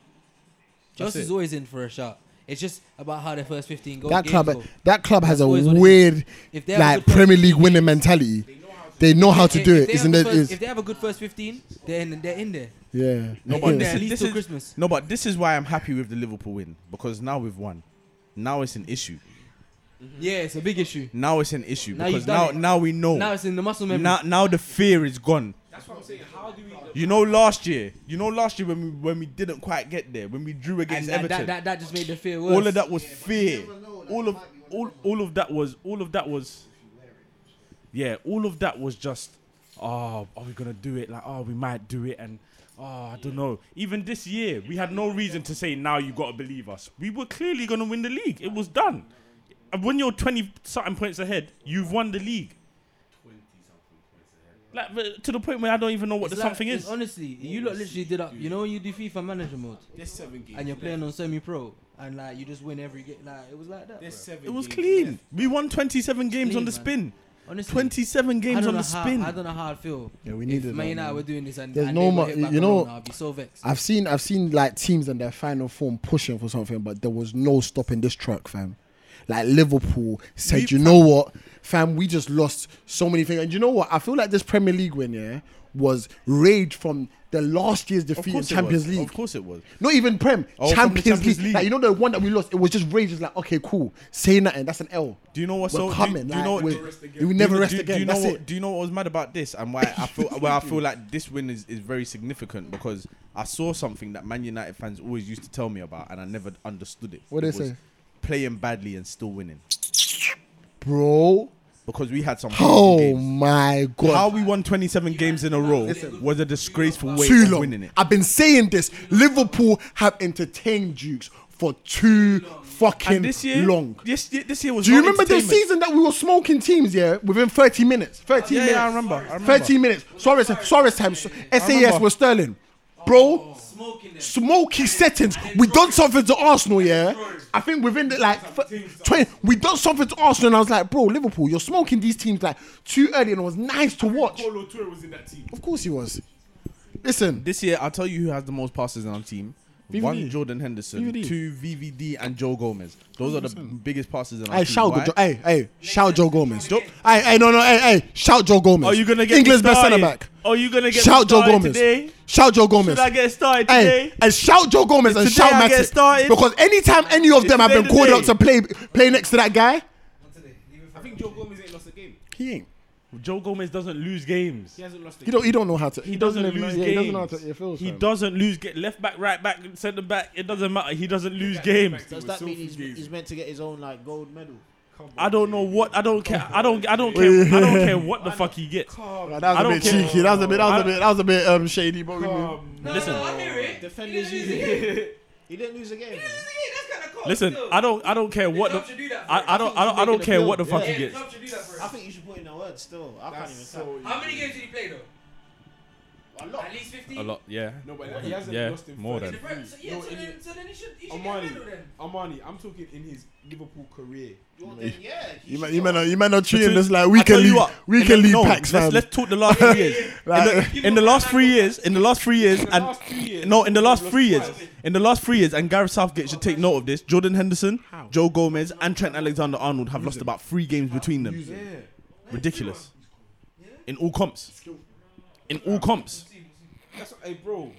E: Chelsea's
C: it.
E: always in for a shot. It's just about how their first 15 goals.
B: that
E: games
B: club,
E: go.
B: that club has a
E: always what it is.
B: weird,
E: If they have a
B: like
E: good first-
B: Premier League winning mentality. They know how to
E: If-
B: do
E: if
B: it.
E: they
B: Isn't
E: have
B: it?
E: a first-
B: is-
E: If they have a good first 15, they're in, they're in there.
B: Yeah.
C: No,
E: but
C: but
E: yeah,
C: this,
E: at least
C: this
E: till
C: is
E: Christmas.
C: no, but this is why I'm happy with the Liverpool win because now we've won. Now it's an issue.
E: Yeah, it's a big issue.
C: Now it's an issue
E: Now
C: because
E: you've done
C: now
E: it.
C: now we know.
E: Now it's in the muscle memory.
C: now now the fear is gone.
F: That's what I'm saying. How do we?
C: You know last year, you know last year when we when we didn't quite get there, when we drew
E: and
C: against
E: that,
C: Everton,
E: that, that, that just made the fear worse.
C: all of that was fear. All of all, all of that was all of that was Yeah, all of that was just oh, are we gonna do it? Like, oh we might do it and oh I don't know. Even this year, we had no reason to say now you gotta believe us. We were clearly gonna win the league. It was done. And when you're twenty something points ahead, you've won the league. Like but to the point where I don't even know what
E: It's
C: the
E: like-
C: something
E: it's
C: is.
E: Honestly, you lot literally did up. You know when you do FIFA manager mode
F: There's seven games.
E: and you're
F: left.
E: playing on semi-pro and like you just win every game. Like it was like that.
F: There's
E: bro.
F: seven.
C: It was
F: games
C: clean.
F: left.
C: We won 27 games
E: Clean,
C: on the
E: man.
C: spin.
E: Honestly,
C: 27
E: I
C: games
E: don't
C: on
E: know
C: the
E: how-
C: spin.
E: I don't know how I feel.
B: Yeah, we
E: If
B: needed
E: Man
B: that,
E: United
B: man.
E: were doing this and,
B: There's
E: and
B: no
E: they
B: mo-
E: were hit by
B: you know-
E: Corona, I'd be so vexed.
B: I've seen I've seen like teams in their final form pushing for something, but there was no stopping this truck, fam. Like Liverpool said,
C: We-
B: you know what, fam, we just lost so many things. And you know what? I feel like this Premier League win, yeah, was rage from the last year's
K: Of
B: defeat in
K: course it
B: Champions
K: was.
B: League.
K: Of course it was.
B: Not even Prem.
K: Oh, from the
B: Champions,
K: Champions
B: League.
K: League.
B: Like, you know the one that we lost. It was just rage. It's like okay, cool. Say nothing. That's an L.
K: Do you know what's
B: We're
K: so? do-
B: coming.
K: Do, you know?
B: like,
K: what-
B: we're-
K: do-
B: We never
K: do-
B: rest
K: do-
B: again.
K: Do you know
B: That's
K: what?
B: it.
K: Do you know what was mad about this and why I feel? well, I feel like this win is, is very significant because I saw something that Man United fans always used to tell me about and I never understood it.
B: What they
K: It was
B: say?
K: Playing badly and still winning
B: bro.
K: because we had some.
B: Oh
K: games.
B: my god.
K: How we won 27 games in a row was a disgraceful way
B: too
K: of
B: long.
K: winning it.
B: I've been saying this. Liverpool have entertained Dukes for too fucking
C: And this year,
B: long.
C: This, year- this year was.
B: Do you
C: not
B: remember the
C: entertainment.
B: season that we were smoking teams? Yeah, within 30 minutes. 30
C: Yeah,
B: minutes.
C: yeah, I remember. I remember.
B: 30 minutes. Suarez, Suarez time. Su- SAS
C: remember.
B: was Sterling. Bro,
E: Smoking them.
B: smoky settings. We done something to Arsenal, yeah. I think within the, like f- twenty, we done something to Arsenal, and I was like, bro, Liverpool, you're smoking these teams like too early, and it was nice to watch.
F: Polo Touré was in that team.
B: Of course he was. Listen,
K: This year, I'll tell you who has the most passes in our team. One Jordan Henderson,
B: VVD.
K: two VVD, and Joe Gomez. Those are the biggest passes in our
B: hey,
K: team.
B: shout,
K: Why?
B: Joe, hey, hey, shout Joe Gomez. Hey, hey, no, no, hey, hey, shout Joe Gomez.
C: Are you gonna get
B: England's
C: me
B: best
C: started?
B: centre back?
C: Are you gonna get
B: Shout
C: me
B: Joe
C: started
B: Gomez.
C: today?
B: Shout Joe Gomez.
C: Should I get started
B: Hey,
C: today?
B: and shout Joe Gomez and
C: Today
B: shout
C: I get
B: Matic
C: started.
B: because anytime any of them have
C: today
B: been
C: the
B: called
C: day.
B: up to play play next to that guy,
F: I think Joe Gomez ain't lost a game.
B: he ain't.
C: Joe Gomez doesn't lose games.
F: He hasn't lost a
B: He
F: game.
B: don't. He don't know how to.
C: He doesn't, lose games.
B: He doesn't know how to. It feels.
C: He doesn't lose. Get left back, right back, centre back. It doesn't matter. He doesn't lose games.
D: Does that mean he's, he's meant to get his own like gold medal?
C: I don't know what. I don't care. I don't. I don't care. I don't care what the fuck he gets.
B: that
C: I
B: was a
C: don't
B: bit
C: care.
B: cheeky. That was a bit. That was a
C: I-
B: bit. That was a bit um shady. But we knew.
E: No,
C: Listen.
E: no, I hear it.
D: Defenders
E: You
D: use
E: know, you see-
D: it. He didn't lose a game. man.
E: that's kind of cold.
C: Listen,
E: still.
C: I don't. I don't care what
E: club should do
C: the.
E: that for him.
C: I, I don't. I don't. I don't care what the fuck
E: Yeah,
C: he
E: the
C: gets.
E: club should do that for
D: I
E: us.
D: think you should put in a word still. I can't even
F: So,
E: How many games did he play though?
D: count. A lot.
E: At least 15?
C: A lot. Yeah.
F: no, but he hasn't
C: Yeah,
F: lost in
C: more
E: In
F: thirty-
E: the Prem? So, yeah,
F: No,
E: so,
F: in
E: then,
F: it-
E: so then he should, he should get a medal
F: Armani,
E: then.
F: Armani, I'm talking in his Liverpool career.
D: Well, then, yeah, he
B: You
D: should
B: man, you
D: go.
B: man, are- you man are treating
C: Between-
B: this like
C: I tell
B: weekly,
C: you what, in the-
B: weekly
C: no,
B: packs,
C: let's,
B: man.
C: let's talk the last three years. in, the, in the last three years, in the last three years,
F: In the
C: and
F: last two years,
C: no, in the last
F: we've
C: three years,
F: lost
C: in the last three years, and Gareth Southgate should take note of this. Jordan Henderson, Joe Gomez, and Trent Alexander-Arnold have lost about three games between them.
F: Yeah.
C: Ridiculous. In all comps. In all comps.
F: That's what, hey, bro.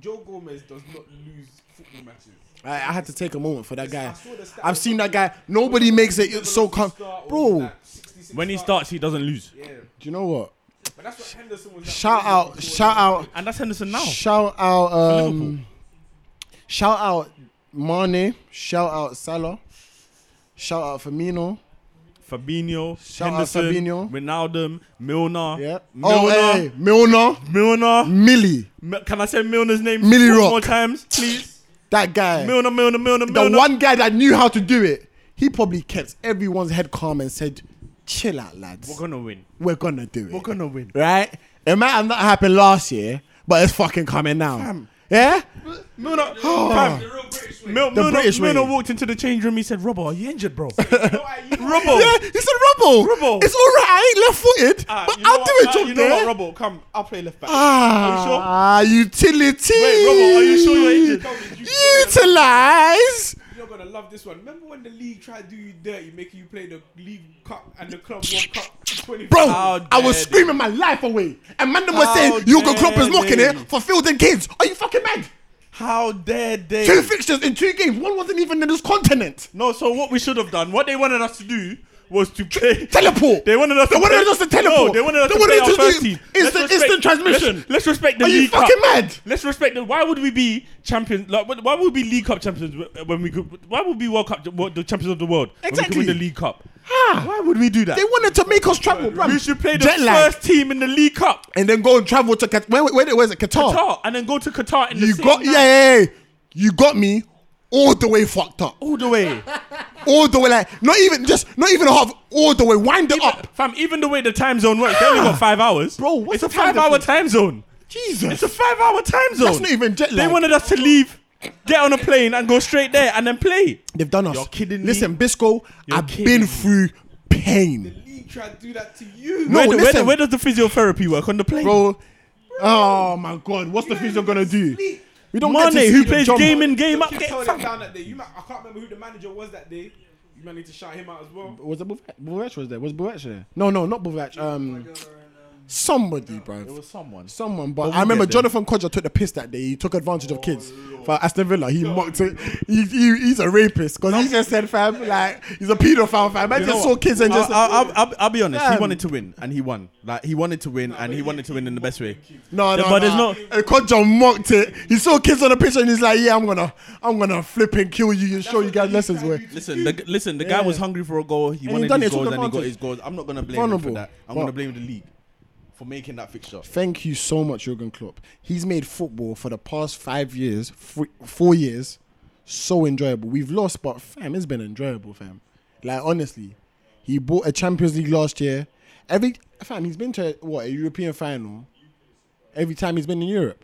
F: Joe Gomez does not lose football matches.
B: I, I had to take a moment for that guy.
F: saw the stat-
B: I've seen that guy. Nobody makes it so calm,
F: Start on
B: bro.
F: that 66
C: When he
F: start.
C: starts, he doesn't lose.
F: Yeah.
B: Do you know what?
F: But that's what Henderson was.
B: Shout out, shout out,
C: And that's Henderson now.
B: shout out,
C: Oh. Liverpool.
B: um, shout out Mane, shout out Salah, shout out Firmino.
C: Fabinho,
B: Shout out
C: Henderson,
B: Fabinho.
C: Ronaldo, Milner.
B: Yeah.
C: Milner.
B: Oh, hey, Milner,
C: Milner.
B: Millie,
C: Mi- Can I say Milner's name
B: Millie
C: four
B: Rock.
C: more times, please?
B: that guy,
C: Milner, Milner, Milner,
B: the
C: Milner.
B: one guy that knew how to do it. He probably kept everyone's head calm and said, "Chill out, lads.
C: We're gonna win.
B: We're gonna do it.
C: We're gonna win.
B: right? It might have not happened last year, but it's fucking coming now. Yeah?
C: Milner,
B: Oh.
E: The real British way.
C: Mil-
B: The
C: Milner,
B: British
C: Milner
B: way.
C: walked into the change room. He said, "Robbo, are you injured, bro?
B: Yeah,
C: Robbo,
B: he said rubble.
C: Rubble.
B: It's all right. I ain't left footed,
C: Ah,
B: but
C: you know
B: I'll
C: what?
B: do it,
C: Ah,
B: John.
C: You know
B: Dare.
C: what, Robbo? Come, I'll play left back.
B: Ah, utility.
C: Wait, Robbo, are you sure you're injured?
B: Utilize.
F: You're gonna love this one. Remember when the league tried to do you dirty, making you play the league cup and the club world cup? 25?
B: Bro,
C: How
B: I was
C: dare
B: screaming my life away. And man, them was
C: How
B: saying, Hugo
C: dare
B: Klopp is knocking
C: they.
B: it for fielding kids. Are you fucking mad?
C: How dare they?
B: Two fixtures in two games. One wasn't even in this continent.
C: No, so what we should have done, what they wanted us to do, was to play.
B: Teleport.
C: They wanted us.
B: They
C: to
B: wanted
C: play-
B: us to teleport.
C: No, they wanted us
B: They
C: to
B: wanted
C: play
B: us
C: our
B: to
C: first
B: do
C: team.
B: instant-
C: Let's
B: instant transmission.
C: Let's, let's respect the
B: Are you
C: League Cup.
B: fucking mad?
C: Let's respect the. Why would we be champions? Like, wh- why would we be League Cup champions wh- when we could? Why would we World Cup wo- the champions of the world? when we could
B: Exactly.
C: win the League Cup.
B: Ah.
C: Why would we do that?
B: They wanted to make us travel, bro.
C: we should play the
B: Jet lag.
C: first team in the League Cup,
B: and then go and travel to Qatar. Where, where, where's it? Qatar.
C: Qatar, and then go to Qatar in the
B: Oh. You
C: same
B: got yeah,
C: night.
B: yeah, yeah. you got me all the way fucked up,
C: all the way.
B: all the way like not even just not even half, all the way wind it up.
C: Fam, even the way the time zone works, they only got five hours.
B: Ah. Bro, what's
C: it's
B: the
C: a five
B: time
C: hour
B: difference?
C: time zone.
B: Jesus,
C: It's a five hour time zone.
B: that's not even jet
C: They
B: lag.
C: wanted us to leave, get on a plane, and go straight there and then play.
B: They've done us.
C: You're kidding me.
B: Listen, Bisco,
C: You're
B: I've
C: kidding
B: been
C: me.
B: through pain,
F: league tried to do that to you.
B: No,
C: where, do- where do-
B: listen.
C: where does the physiotherapy work on the plane?
B: bro. Oh my God, what's the physio gonna do? We don't get to
C: Mane,
B: see
C: who
B: the
C: plays
B: jump.
C: game in game
F: You
C: up,
F: kept
C: get
F: holding
C: fucked.
F: down that day. You might, I can't remember who the manager was that day. You might need to shout him out as well.
B: Was it Bovach? was there? Was Bovach there? No, no, not Bovach. Um, Somebody, bro.
C: It was someone.
B: Someone, but I remember Jonathan Codger took the piss that day. He took advantage of kids for Aston Villa. He mocked it. He, he, he's a rapist because he just said, fam, like, he's a pedophile, fam. I
C: You
B: just
C: know
B: saw
C: what?
B: kids and
C: I'll-
B: just.
C: I'll, I'll, I'll, I'll be honest. He
B: Damn.
C: wanted to win, and he won. Like he wanted to win, and he wanted to win in the best way.
B: no, no,
E: but there's
B: no.
E: no-
B: And Codger mocked it. He saw kids on the pitch and he's like, yeah, I'm gonna, I'm gonna flip and kill you and show you guys lessons where.
C: Listen, the, listen. The guy was hungry for a goal. He
B: he
C: wanted
B: done
C: his
B: it, took
C: goals, and he got
B: advantage.
C: his goals. I'm not gonna blame him
B: Vulnerable.
C: for that. I'm
B: But-
C: gonna blame the league for making that fixture.
B: Thank you so much, Jurgen Klopp. He's made football for the past five years, three, four years, so enjoyable. We've lost, but fam, it's been enjoyable, fam. Like honestly, he bought a Champions League last year. Every fam, he's been to what a European final. Every time he's been in Europe.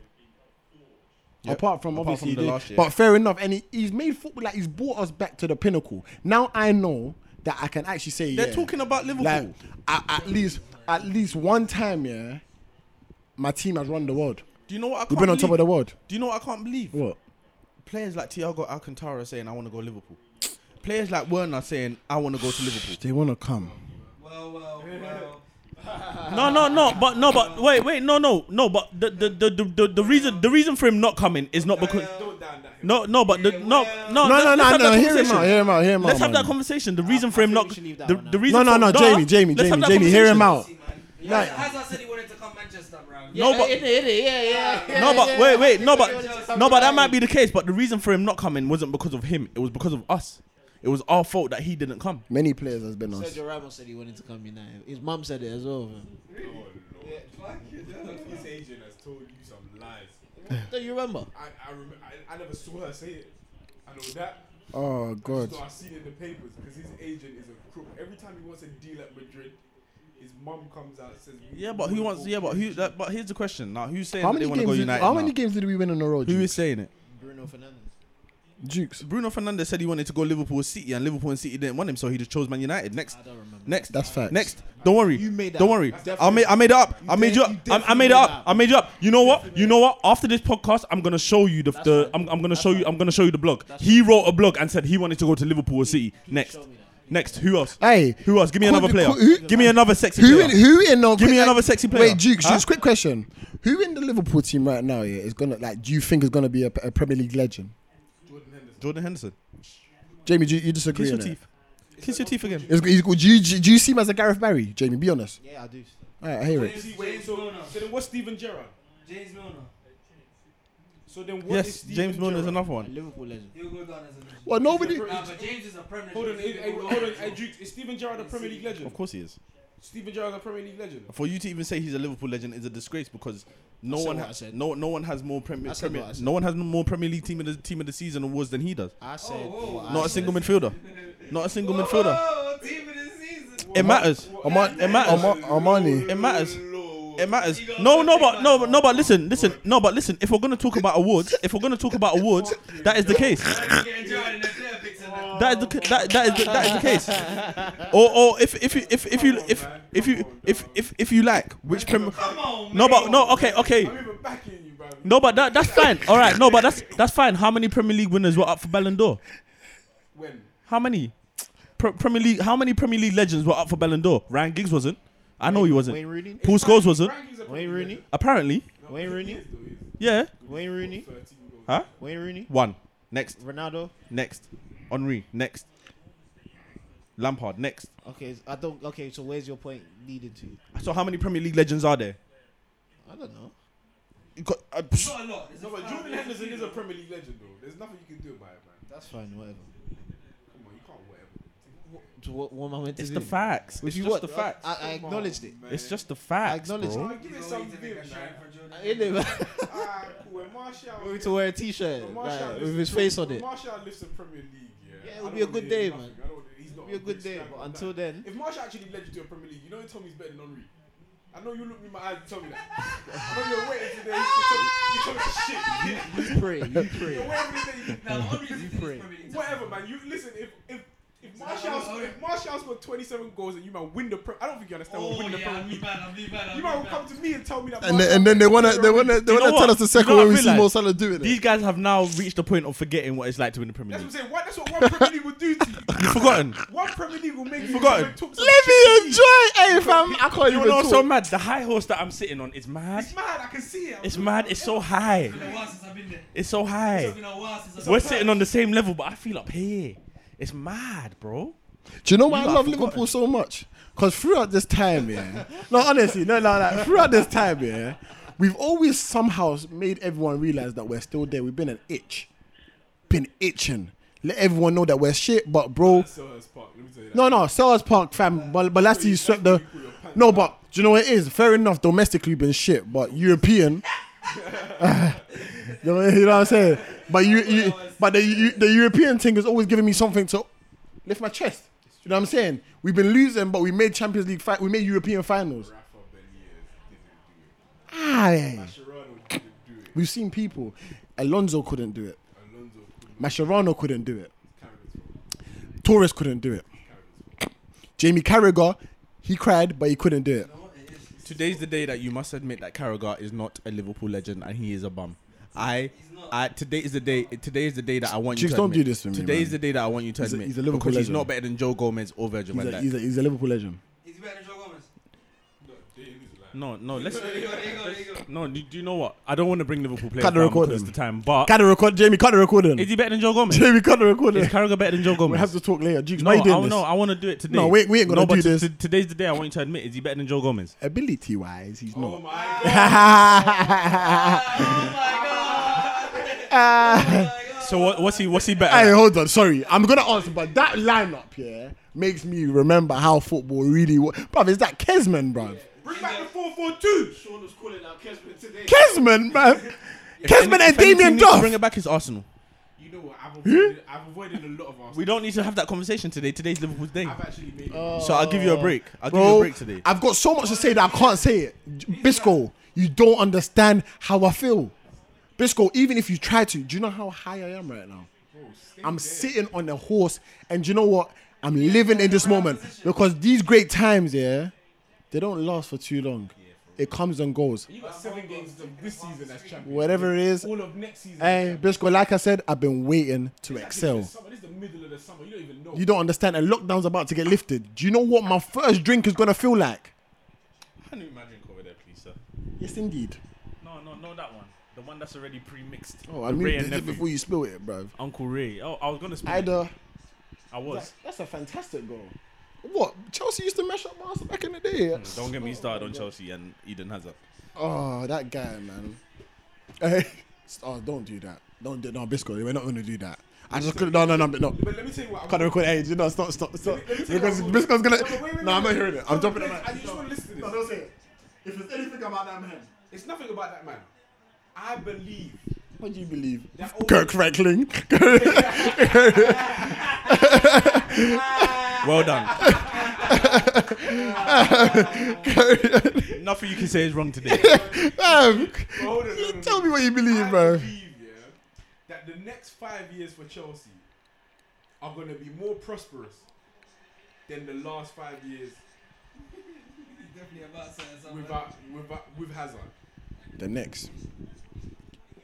B: Apart from
C: Apart
B: obviously,
C: from the
B: they-
C: last year.
B: but fair enough, and he, he's made football like he's brought us back to the pinnacle. Now I know that I can actually say
C: They're
B: yeah,
C: talking about Liverpool.
B: Like, at, at least, at least one time, yeah, my team has run the world.
C: Do you know what? I can't
B: We've been on top of
C: believe?
B: the world.
C: Do you know what I can't believe?
B: What?
C: Players like Thiago Alcantara saying, "I want to go Liverpool." Players like Werner saying, "I want to go to Liverpool."
B: They want to come.
L: Well, well, well.
E: No, no, no, but no, but wait, wait, no, no, no, but the the the the, the, the reason the reason for him not coming is not because
F: Don't down that hill.
E: no, no, but the no, no,
B: No, no,
E: let's- let's
B: no,
E: have that
B: no. Hear him
E: conversation.
B: out. Hear him out. Hear him out.
E: Let's have that
B: man.
E: conversation. The reason
D: I
E: for him
D: think
E: not
D: we should leave that
E: the,
D: one
E: the
D: out.
E: reason
B: No, no,
E: for-
B: no, Jamie, Jamie,
E: let's
B: Jamie,
E: have that
B: Jamie, hear him
E: conversation.
B: out.
L: See, man. Yeah, Hazard said he wanted to come Manchester, bro. Yeah,
E: No, but no, but wait, wait, no, but no, but that might be the case. But the reason for him not coming wasn't because of him. It was because of us. It was our fault that he didn't come.
B: Many players has been us.
D: Sergio Ramos said he wanted to come United. His mum said it as well. Man.
F: This agent has told you some lies.
D: Don't you remember?
F: I, I, remember, I, I never saw her say it. I know that.
B: Oh God.
F: So I've seen in the papers because his agent is a crook. Every time he wants a deal at Madrid, his mum comes out and says,
C: Yeah, but who wants? Yeah, but who? That, but here's the question. Now, who's saying
B: How
C: that they
B: many
C: want to go
B: games? Did,
C: United?
B: how
C: now?
B: many games did we win on the road?
C: Who
B: Jukes?
C: is saying it?
D: Bruno Fernandes.
B: Jukes.
C: Bruno Fernandez said he wanted to go Liverpool or City, and Liverpool and City didn't want him, so he just chose Man United. Next,
D: I don't remember.
C: next,
B: That's facts.
C: Next, don't worry.
D: You made that
C: Don't
D: up.
C: worry. I made. I made it up. I made you up. I, I made it up. I made you up. You know what? You know what? After this podcast, I'm gonna show you the. the I'm, I'm gonna show you. I'm gonna show you the blog. He wrote a blog and said he wanted to go to Liverpool or City. Next, next. Who else?
B: Hey,
C: Who else? Give me
B: Could-
C: another player.
B: could- who-
C: Give me another sexy
B: Who
C: player.
B: in who in the
C: Give me another sexy player.
B: Wait, Jukes,
C: Huh?
B: Jukes, quick question. Who in the Liverpool team right now yeah, is gonna like? Do you think is gonna be a, a Premier League legend?
C: Jordan Henderson.
B: Jamie, do you, you disagree?
C: Kiss your
B: innit?
C: teeth. Kiss your teeth again.
B: It's, he's, do, you, do you see him as a Gareth Barry, Jamie? Be honest.
D: Yeah, I do.
B: All right, I hear it.
F: Wait, wait, so, so then what's Steven Gerrard?
L: James Milner.
F: So then what is
C: Yes,
F: Steven
C: James Milner is
F: Gerrard?
C: another
D: A
C: one.
D: Liverpool legend.
L: He'll go down as a legend.
B: Well, nobody.
L: Nah, but James is a Premier
F: Hold on,
L: League-
F: hey, hey, hold on, hey, Duke, is Steven Gerrard a Premier League legend?
C: Of course he is.
F: Steven Gerrard a Premier League legend?
C: For you to even say he's a Liverpool legend is a disgrace because no
D: said
C: one
D: what I
C: has
D: said.
C: no no one has more Premier,
D: I said
C: Premier
D: what I said. Ah,
C: no one has more Premier League team of the team of the season awards than he does.
F: Oh,
D: I said. what I
C: Not a
D: said.
C: single midfielder. Not a single midfielder.
L: Oh, team of the season.
C: It matters.
B: Armani.
C: It matters.
B: Armani.
C: It matters. It matters. No, no, but no, but no, but listen, listen, no, but listen. If we're gonna talk about awards, if we're gonna talk about awards, that is the case.
L: Getting Gerrard in the clear picture
F: Oh.
L: now.
C: That is the ca- that, that is the, that is the case. Or or if if you if if you if if you if if if you like which Premier
L: Come on,
C: no
L: man.
C: but no okay okay
F: I'm even backing you, bro.
E: No, but that, that's fine. All right, no, but that's that's fine. How many Premier League winners were up for Ballon d'Or?
F: When?
E: How many Pre- Premier League? How many Premier League legends were up for Ballon d'Or? Ryan Giggs wasn't. I know he
D: Wayne
E: wasn't.
D: Rooney.
E: Paul Scholes wasn't.
F: Frank is a
D: Wayne
F: Premier League
D: Rooney.
E: Apparently,
D: Wayne Rooney.
E: yeah.
D: Wayne Rooney.
F: legend. 13 goals.
C: huh
D: Wayne Rooney.
C: one next
D: Ronaldo.
C: next Henri next Lampard next.
D: Okay, I don't. Okay, so where's your point needed to?
C: So how many Premier League legends are there?
D: I don't know.
C: You got, uh,
L: It's
C: psh,
L: Not a lot. It's
F: No,
L: not
F: but
L: a
F: Jordan
L: lot.
F: Henderson is a Premier League legend, though. There's nothing you can do about it, man.
D: That's fine. Whatever.
F: Come on, you can't whatever.
D: So what, what am I meant to
C: it's
D: do?
C: the facts. It's
D: Which is
C: just
D: what
C: the facts.
D: I, I acknowledged it.
C: It's just the
D: I
C: facts,
D: acknowledged
C: bro.
D: it.
F: I'll give it
L: It's
F: some
L: only to make
F: view,
L: a
F: man.
L: shine for Jordan.
D: I didn't even-
F: Ah, cool. When Martial,
D: We to wear a t-shirt
F: when
D: like,
F: lives
D: with
F: in
D: his
F: Premier-
D: face on
F: when
D: it.
F: Martial lives in Premier League, yeah.
D: Yeah,
F: I
D: it'll
F: don't
D: be a
F: wanna
D: good
F: hear
D: day,
F: nothing.
D: man.
F: I don't wanna- he's not
D: Be a good day,
F: striker
D: but
F: like
D: until
F: that.
D: then-
F: if Martial actually led you to a Premier League, you know he told me he's better than Henry. I know you looked me in my eyes and told me that. I know you're waiting today. You told me shit.
D: You pray, you
F: You're
D: pray.
F: waiting today.
L: Nah, the only reason it's
D: pray.
L: Premier League is-
F: Whatever, man. You listen. If if if if
L: So that's
F: Martial
L: what-
F: if Martial Martial scored 27 goals and you man win the Prem. I don't think you understand what
L: Oh,
F: winning the
L: yeah,
F: Premier
L: I'm
F: League.
L: leaving, I'm leaving, I'm
F: You man will
L: leaving.
F: come to me and tell me that.
B: And then, and then they wanna they wanna they
A: You
B: wanna
A: know
B: tell
A: what?
B: us the second
A: You know
B: when we
A: what I
B: see Mo
A: realised?
B: Salah doing it.
A: These guys have now reached the point of forgetting what it's like to win the Premier
F: That's what
A: League.
F: I'm saying. Why, that's what one Premier League will do to you.
A: You've forgotten.
F: One Premier League will make you
A: Forgotten.
F: go and talk some
B: Let
F: shit.
B: me enjoy, hey fam. I can't
A: You
B: even
A: know,
B: talk.
A: what's so mad. The high horse that I'm sitting on is mad.
F: It's mad. I can see it.
A: It's mad. It's so high.
L: been a while since I've been there.
A: It's so
L: It's
A: high.
L: been a while since I've
A: We're
L: been there.
A: sitting on the same level, but I feel up here. It's mad, bro.
B: Do you know why I
A: lot
B: love
A: have forgotten.
B: Liverpool so much? Because throughout this time, yeah, no, honestly, no, no, no, throughout this time, yeah, we've always somehow made everyone realize that we're still there. We've been an itch, been itching. Let everyone know that we're shit, but bro,
F: Selhurst Park. Let me tell you that.
B: no, no, Sellers Park, fam, but, but that's you swept the. No, but do you know what it is? Fair enough, domestically been shit, but European. you, know, you know what I'm saying? But you, you but the you, the European thing is always giving me something to lift my chest. You know what I'm saying? We've been losing, but we made Champions League. Fi- we made European finals. Aye. We've seen people. Alonso couldn't do it. Mascherano couldn't do it. Torres couldn't do it. Jamie Carragher, he cried, but he couldn't do it.
C: Today's the day that you must admit that Carragher is not a Liverpool legend and he is a bum. I, I today is the day. Today is the day that I want you.
B: Jigs,
C: to
B: don't
C: admit.
B: do this to me,
C: Today
B: man.
C: is the day that I want you to
B: He's a-
C: admit
B: he's a Liverpool
C: because he's
B: legend.
C: not better than Joe Gomez or Virgil
B: He's
C: van
B: a,
C: Dijk.
B: he's a, he's a Liverpool legend.
L: Is he better than Joe Gomez?
A: No, no, let's.
L: There you go, there you go, there you go.
A: No, do do you know what? I don't want to bring Liverpool players
B: Cut the
A: down
B: recording.
A: because it's the time. But
B: Cut the record, Jamie. Cut the recording.
A: is he better than Joe Gomez?
B: Jamie, cut the recording.
A: Is Carragher better than Joe
B: We
A: Gomez?
B: have to talk later. Jigs,
A: no,
B: why are you doing
A: I,
B: this?
A: no, I want to do it today.
B: No, we- we ain't gonna
A: No, but
B: do
A: t-
B: this.
A: t- today's the day I want you to admit. Is he better than Joe Gomez?
B: Ability wise, he's
F: Oh
B: not.
F: my god.
A: So what, what's he? What's he better?
B: Hey,
A: at?
B: hold on. Sorry, I'm gonna answer, but that lineup, yeah, makes me remember how football really was. Bruv, is that Kesman, bruv?
F: Bring back the 442. Sean was calling out Kesman today.
B: Kesman, man.
A: If
B: Kesman and
A: any team
B: Damien
A: needs to
B: Duff.
A: Bring it back is Arsenal.
F: You know what? I've avoided, I've avoided a lot of us.
A: We don't need to have that conversation today. Today's Liverpool's day.
F: I've actually made it.
A: So I'll give you a break. I'll give you a
B: Bro,
A: break today.
B: I've got so much to say that I can't say it. J- Bisco, you don't understand how I feel. Bisco, even if you try to, do you know how high I am right now? I'm sitting on a horse, and do you know what? I'm living in this moment because these great times, yeah, they don't last for too long. It comes and goes.
F: You got seven games to this season as champion.
B: Whatever it is,
F: All of next season.
B: hey, Bisco, like I said, I've been waiting to excel.
F: This is the summer. This is the middle of the summer. You don't even know.
B: You don't understand, and lockdown's about to get lifted. Do you know what my first drink is gonna feel like?
A: Can you imagine over there, please, sir?
B: Yes, indeed.
A: No, no, no, that one. The one that's already pre-mixed.
B: Oh, I
A: The
B: mean,
A: Ray
B: did
A: and
B: it
A: Nephew.
B: before you spill it, bruv.
A: Uncle Ray. Oh, I was gonna speak. I,
B: Ida,
A: was.
B: that's a fantastic goal. What Chelsea used to mash up Barca back in the day.
A: Don't get me started on Chelsea and Eden Hazard.
B: Oh, that guy, man. Hey, oh, don't do that. Don't do no, Bisco. We're not going to do that. I just couldn't. No, no, no, no.
F: But let me tell you what. I'm
B: Cut the record. Hey, you know, stop, stop, stop. Because Bisco's gonna. No, I'm not hearing it. I'm dropping it.
F: I just want to listen to this.
B: don't say it. If there's anything about that man,
F: It's nothing about that man. I believe
B: what do you believe?
F: that. all-
B: Kirk Franklin.
A: Well done. Nothing you can say is wrong today.
B: Um,
F: Hold on, hold on,
B: Tell me what you
F: I
B: believe, bro.
F: believe, yeah, that the next five years for Chelsea are going to be more prosperous than the last five years
L: Definitely about to say something.
F: without, without with Hazard.
B: The next.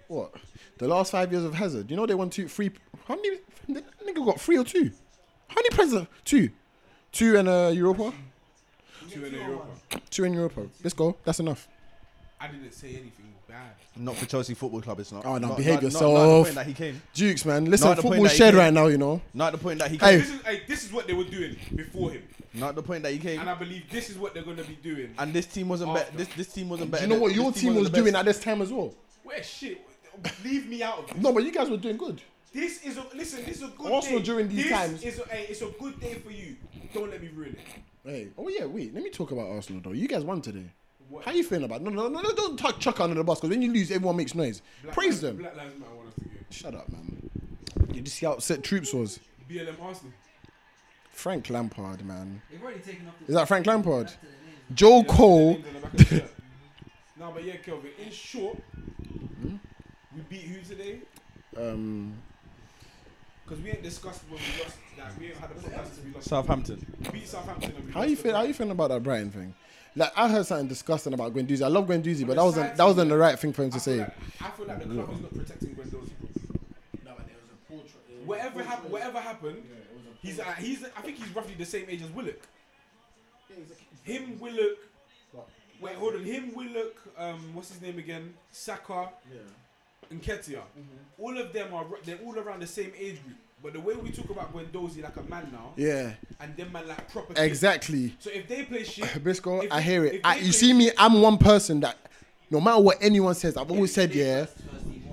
B: What? The last five years of Hazard. You know they won two, three. How many? That nigga got three or two. How many presents? Two, two in uh, Europa.
F: Two in Europa.
B: Two in Europa. Let's go. That's enough.
F: I didn't say anything bad.
C: Not for Chelsea Football Club. It's not.
B: Oh, no,
C: Not-
B: behave
C: not- not-
B: yourself.
C: Not at the point that he came.
B: Dukes, man. Listen,
C: Not the point
B: football
C: that he
B: shed
C: came.
B: right now. You know.
C: Not at the point that he came.
B: Hey,
F: This is, hey, this is what they were doing before him,
C: Not at the point that he came.
F: and I believe this is what they're going to be doing.
C: And this team wasn't better.
F: After.
C: This this team wasn't
B: do
C: better.
B: you know
C: than-
B: what your
C: this
B: team was
C: wasn't the
B: doing
C: best.
B: at this time as well?
F: Where shit? Leave me out of it.
B: No, but you guys were doing good.
F: This is a listen. This is a good
B: Also
F: day.
B: during these
F: this
B: times-
F: is a, hey, it's a good day for you. Don't let me ruin it.
B: Hey, oh yeah, wait. Let me talk about Arsenal though. You guys won today.
F: What?
B: How you feeling about? No, no, no, no. Don't tuck Chuck under the bus because when you lose, everyone makes noise.
F: Black
B: Praise
F: lives,
B: them.
F: Black lives matter. Want us to get
B: Shut up, man. You just see how upset troops was.
F: BLM Arsenal.
B: Frank Lampard, man.
L: They've already taken off the
B: Is that Frank Lampard? Joe Cole.
F: no, but yeah, Kelvin. In short, we beat who today?
B: Um,
F: Because we ain't discussed when we lost. Like, we ain't had a podcast since we lost.
C: Southampton.
F: Beat Southampton. And we
B: How
F: lost
B: you
F: to
B: feel? How
F: them.
B: you feeling about that Brighton thing? Like I heard something disgusting about Guendouzi. I love Guendouzi, but that wasn't that wasn't the right thing for him to
F: feel
B: say.
F: like- I feel like the club is not protecting Guendouzi. No, but there was a portrait. Whatever happened, whatever happened, he's uh, he's I think he's roughly the same age as Willock. Him, Willock. Wait, hold on. Him, Willock. Um, what's his name again? Saka. Yeah. Mm-hmm. And Ketia. All of them are ru- they're all around the same age group. But the way we talk about Guendouzi like a man now,
B: Yeah,
F: and them man like proper. kids.
B: exactly.
F: So if they play shit,
B: Bisco,
F: if
B: I
F: they-
B: hear it.
F: if
B: I,
F: they
B: you
F: play-
B: see me, I'm one person that, no matter what anyone says, I've always said yeah.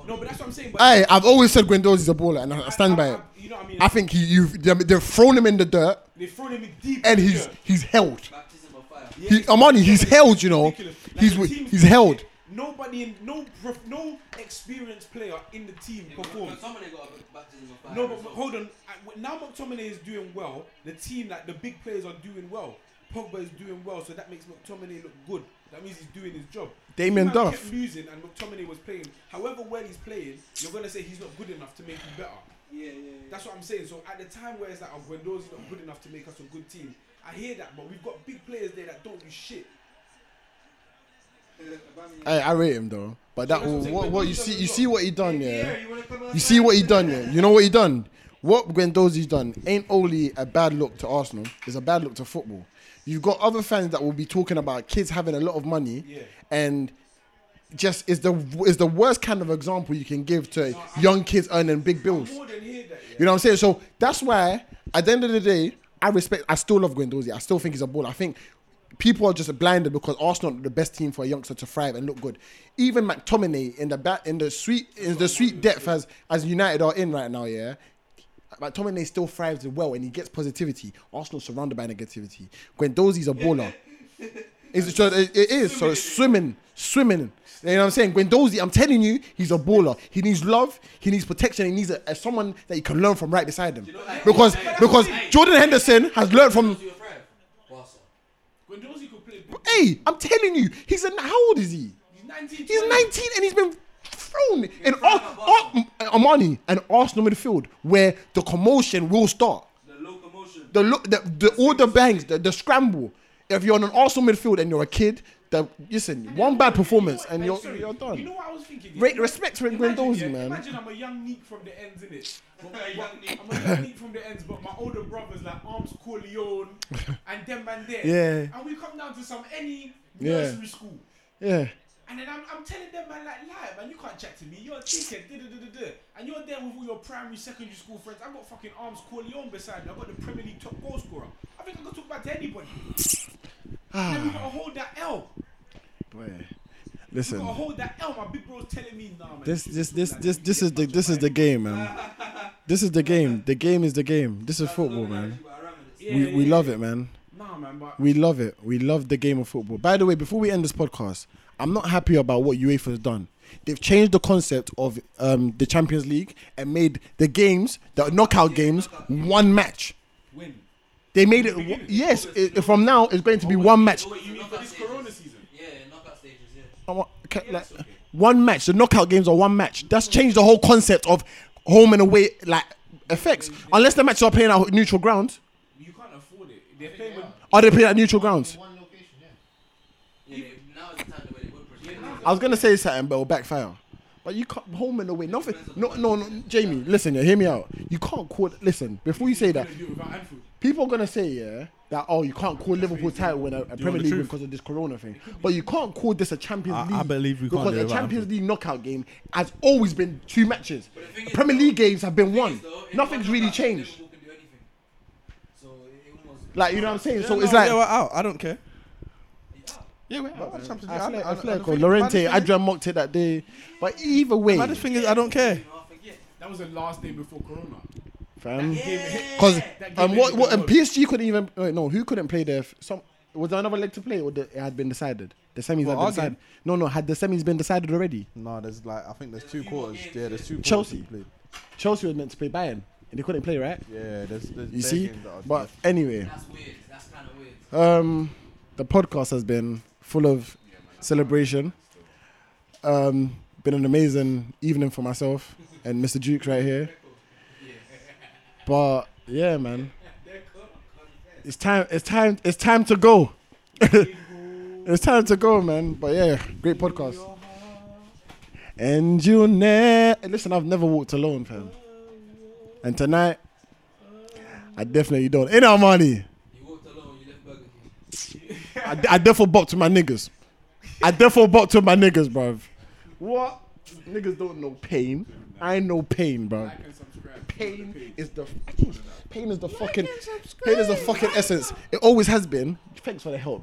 F: No, but that's what I'm saying. But
B: I, I've always said Guendouzi's a baller, and I, I stand by
F: I-
B: it.
F: I- you know what I mean?
B: I think he, you've they- they've thrown him in the dirt,
F: They've thrown him in deep.
B: and
F: in
B: he's
F: there.
B: he's held.
L: Baptism of fire.
B: He, Armani, he's held. You know,
F: Ridiculous. Like,
B: he's
F: the
B: wi-
F: team's
B: he's held.
F: Nobody in no prof- no experienced player in the team performs.
L: Somebody got a baptism of fire.
F: No, but, but hold on. I- w- Now McTominay is doing well. The team, like the big players, are doing well. Pogba is doing well, so that makes McTominay look good. That means he's doing his job.
B: Damien
F: He might have
B: Duff.
F: kept losing, and McTominay was playing. However well he's playing, you're gonna say he's not good enough to make you better.
L: Yeah, yeah, yeah.
F: That's what I'm saying. So at the time where it's like, oh, Guendouzi's not good enough to make us a good team. I hear that, but we've got big players there that don't do shit.
B: I, I rate him though, but that
F: that's
B: what,
F: what-
B: what you see you see what he done
L: Yeah,
B: yeah.
L: you wanna come
B: You
L: outside?
B: see what he done yeah. You know what he done. What Guendouzi's done ain't only a bad look to Arsenal. It's a bad look to football. You've got other fans that will be talking about kids having a lot of money and. Just is the is the worst kind of example you can give to young kids earning big bills.
F: More than hear that.
B: You know what I'm saying? So that's why, at the end of the day, I respect. I still love Guendouzi. I still think he's a baller. I think people are just blinded because Arsenal are the best team for a youngster to thrive and look good. Even McTominay in the bat in the sweet in the sweet depth as as United are in right now. Yeah. McTominay still thrives well and he gets positivity. Arsenal surrounded by negativity. Guendouzi's a baller. It's so it, it is so it's swimming, swimming. You know what I'm saying? Guendouzi, I'm telling you, he's a baller. He needs love. He needs protection. He needs a, a- someone that he can learn from right beside him. Because because Jordan Henderson has learned from.
L: Your friend. Barca.
F: Guendouzi could play. big.
B: Hey, I'm telling you, he's an. How old is he?
F: He's 19.
B: He's
F: 20.
B: 19 and he's been thrown in
L: thrown
B: Ar- Ar-
L: at
B: Armani and Arsenal midfield where the commotion will start.
L: The locomotion.
B: the look, the, the all the bangs, the, the scramble. If you're on an Arsenal midfield and you're a kid, the listen, one bad performance and
F: Hey,
B: you're
F: sorry,
B: you're done.
F: You know what I was thinking?
B: Re- respect for Guendouzi,
F: yeah,
B: man.
F: Imagine I'm a young neek from the ends, innit? But my-
L: Young neek.
F: I'm a young neek from the ends, but my older brothers like Arms Corleone and them man there.
B: Yeah.
F: And we come down to some any
B: Yeah.
F: nursery school.
B: yeah,
F: And then I'm, I'm telling them, man, like, lie, man, you can't chat to me. You're a dickhead, da, da, da, da, da. And you're there with all your primary, secondary school friends. I've got fucking Arms Corleone beside me. I've got the Premier League top goal scorer. I think I could talk back to anybody.
B: Ah.
F: and then we got to hold that L.
B: boy.
F: we got to
B: Listen,
F: hold that L. My big bro's telling me, nah, man.
B: this
F: you
B: this
F: should
B: this
F: talk like
B: this this
F: you get
B: is the
F: punched
B: this
F: by
B: is the game, man. This is the game. The game is the game. This is football, man. We we love it, man.
F: Nah, man, but
B: We love it. We love the game of football. By the way, before we end this podcast, I'm not happy about what UEFA has done. They've changed the concept of um, the Champions League and made the games, the knockout games, one match.
F: win.
B: They made it. wo- Yes, it, from now it's going to be one match.
F: But you mean for this Corona season?
L: Yeah, knockout stages, yeah.
B: I want- ca- like, One match. The knockout games are one match. That's changed the whole concept of home and away like effects. Unless the matches are playing at neutral grounds.
F: You can't afford it. They're playing with.
B: Are they playing at neutral grounds?
H: One location, yeah.
L: Yeah, they- now is the time where they would proceed.
B: I was gonna say something, but it'll backfire. But you can't home and away. Nothing. No, no, no. Jamie, listen. Yeah, hear me out. You can't call. Listen, before you say that,
F: Do it without Anfield.
B: people are gonna say yeah that oh you can't call Liverpool title win a, a Premier League win because of this Corona thing, but you can't call this a Champions League.
C: I believe we can't
B: because
C: do it
B: a
C: without
B: Champions League knockout game has always been two matches.
L: thing is,
B: Premier
L: though-
B: League games have been
L: Thing
B: one.
L: is, though, in
B: Nothing's
L: one
B: really
L: knockout,
B: changed.
L: Liverpool can do anything. So it- it almost-
B: Like you know what I'm saying. so
C: Yeah,
B: it's
C: no,
B: like.
C: yeah, we're out. I don't care. Yeah, we're
B: But,
C: out.
B: man,
C: Champions League.
B: I
C: I don't-
B: feel-
C: I
B: I
C: don't-
B: feel
C: I
B: like
C: don't think-
B: Lorente,
C: But the thing
B: Adrian mocked it that day, but either way,
C: is- but the thing is, I don't care.
L: you know, I forget.
F: That was the last day before Corona.
B: fam.
L: Yeah.
B: Because
F: That
B: um,
F: game
B: what,
F: ended
B: what and
F: on-
B: PSG couldn't even wait, no who couldn't play there? F- Some was there another leg to play or the, it had been decided. The semis had
C: our
B: been decided.
C: game?
B: No, no, had the semis been decided already?
C: No, there's like I think there's two quarters. Yeah, there's two quarters.
B: Chelsea.
C: to play.
B: Chelsea was meant to play Bayern and they couldn't play, right?
C: Yeah, there's there's.
B: You
C: bare
B: see,
C: games that are-
B: but anyway,
L: That's weird. That's kind of weird.
B: um, the podcast has been full of celebration. Um, been an amazing evening for myself and Mr. Duke right here. But yeah, man. It's time. It's time. It's time to go. it's time to go, man. But yeah, great podcast. And you ne listen. I've never walked alone, fam. And tonight, I definitely don't. In our money,
L: You walked alone, you left Burger King.
B: I, I therefore bought to my niggas. I therefore bought to my niggas, bruv. What niggas don't know pain? I know pain, bruv. Pain is the pain is the fucking pain is the fucking essence. It always has been. Thanks for the help.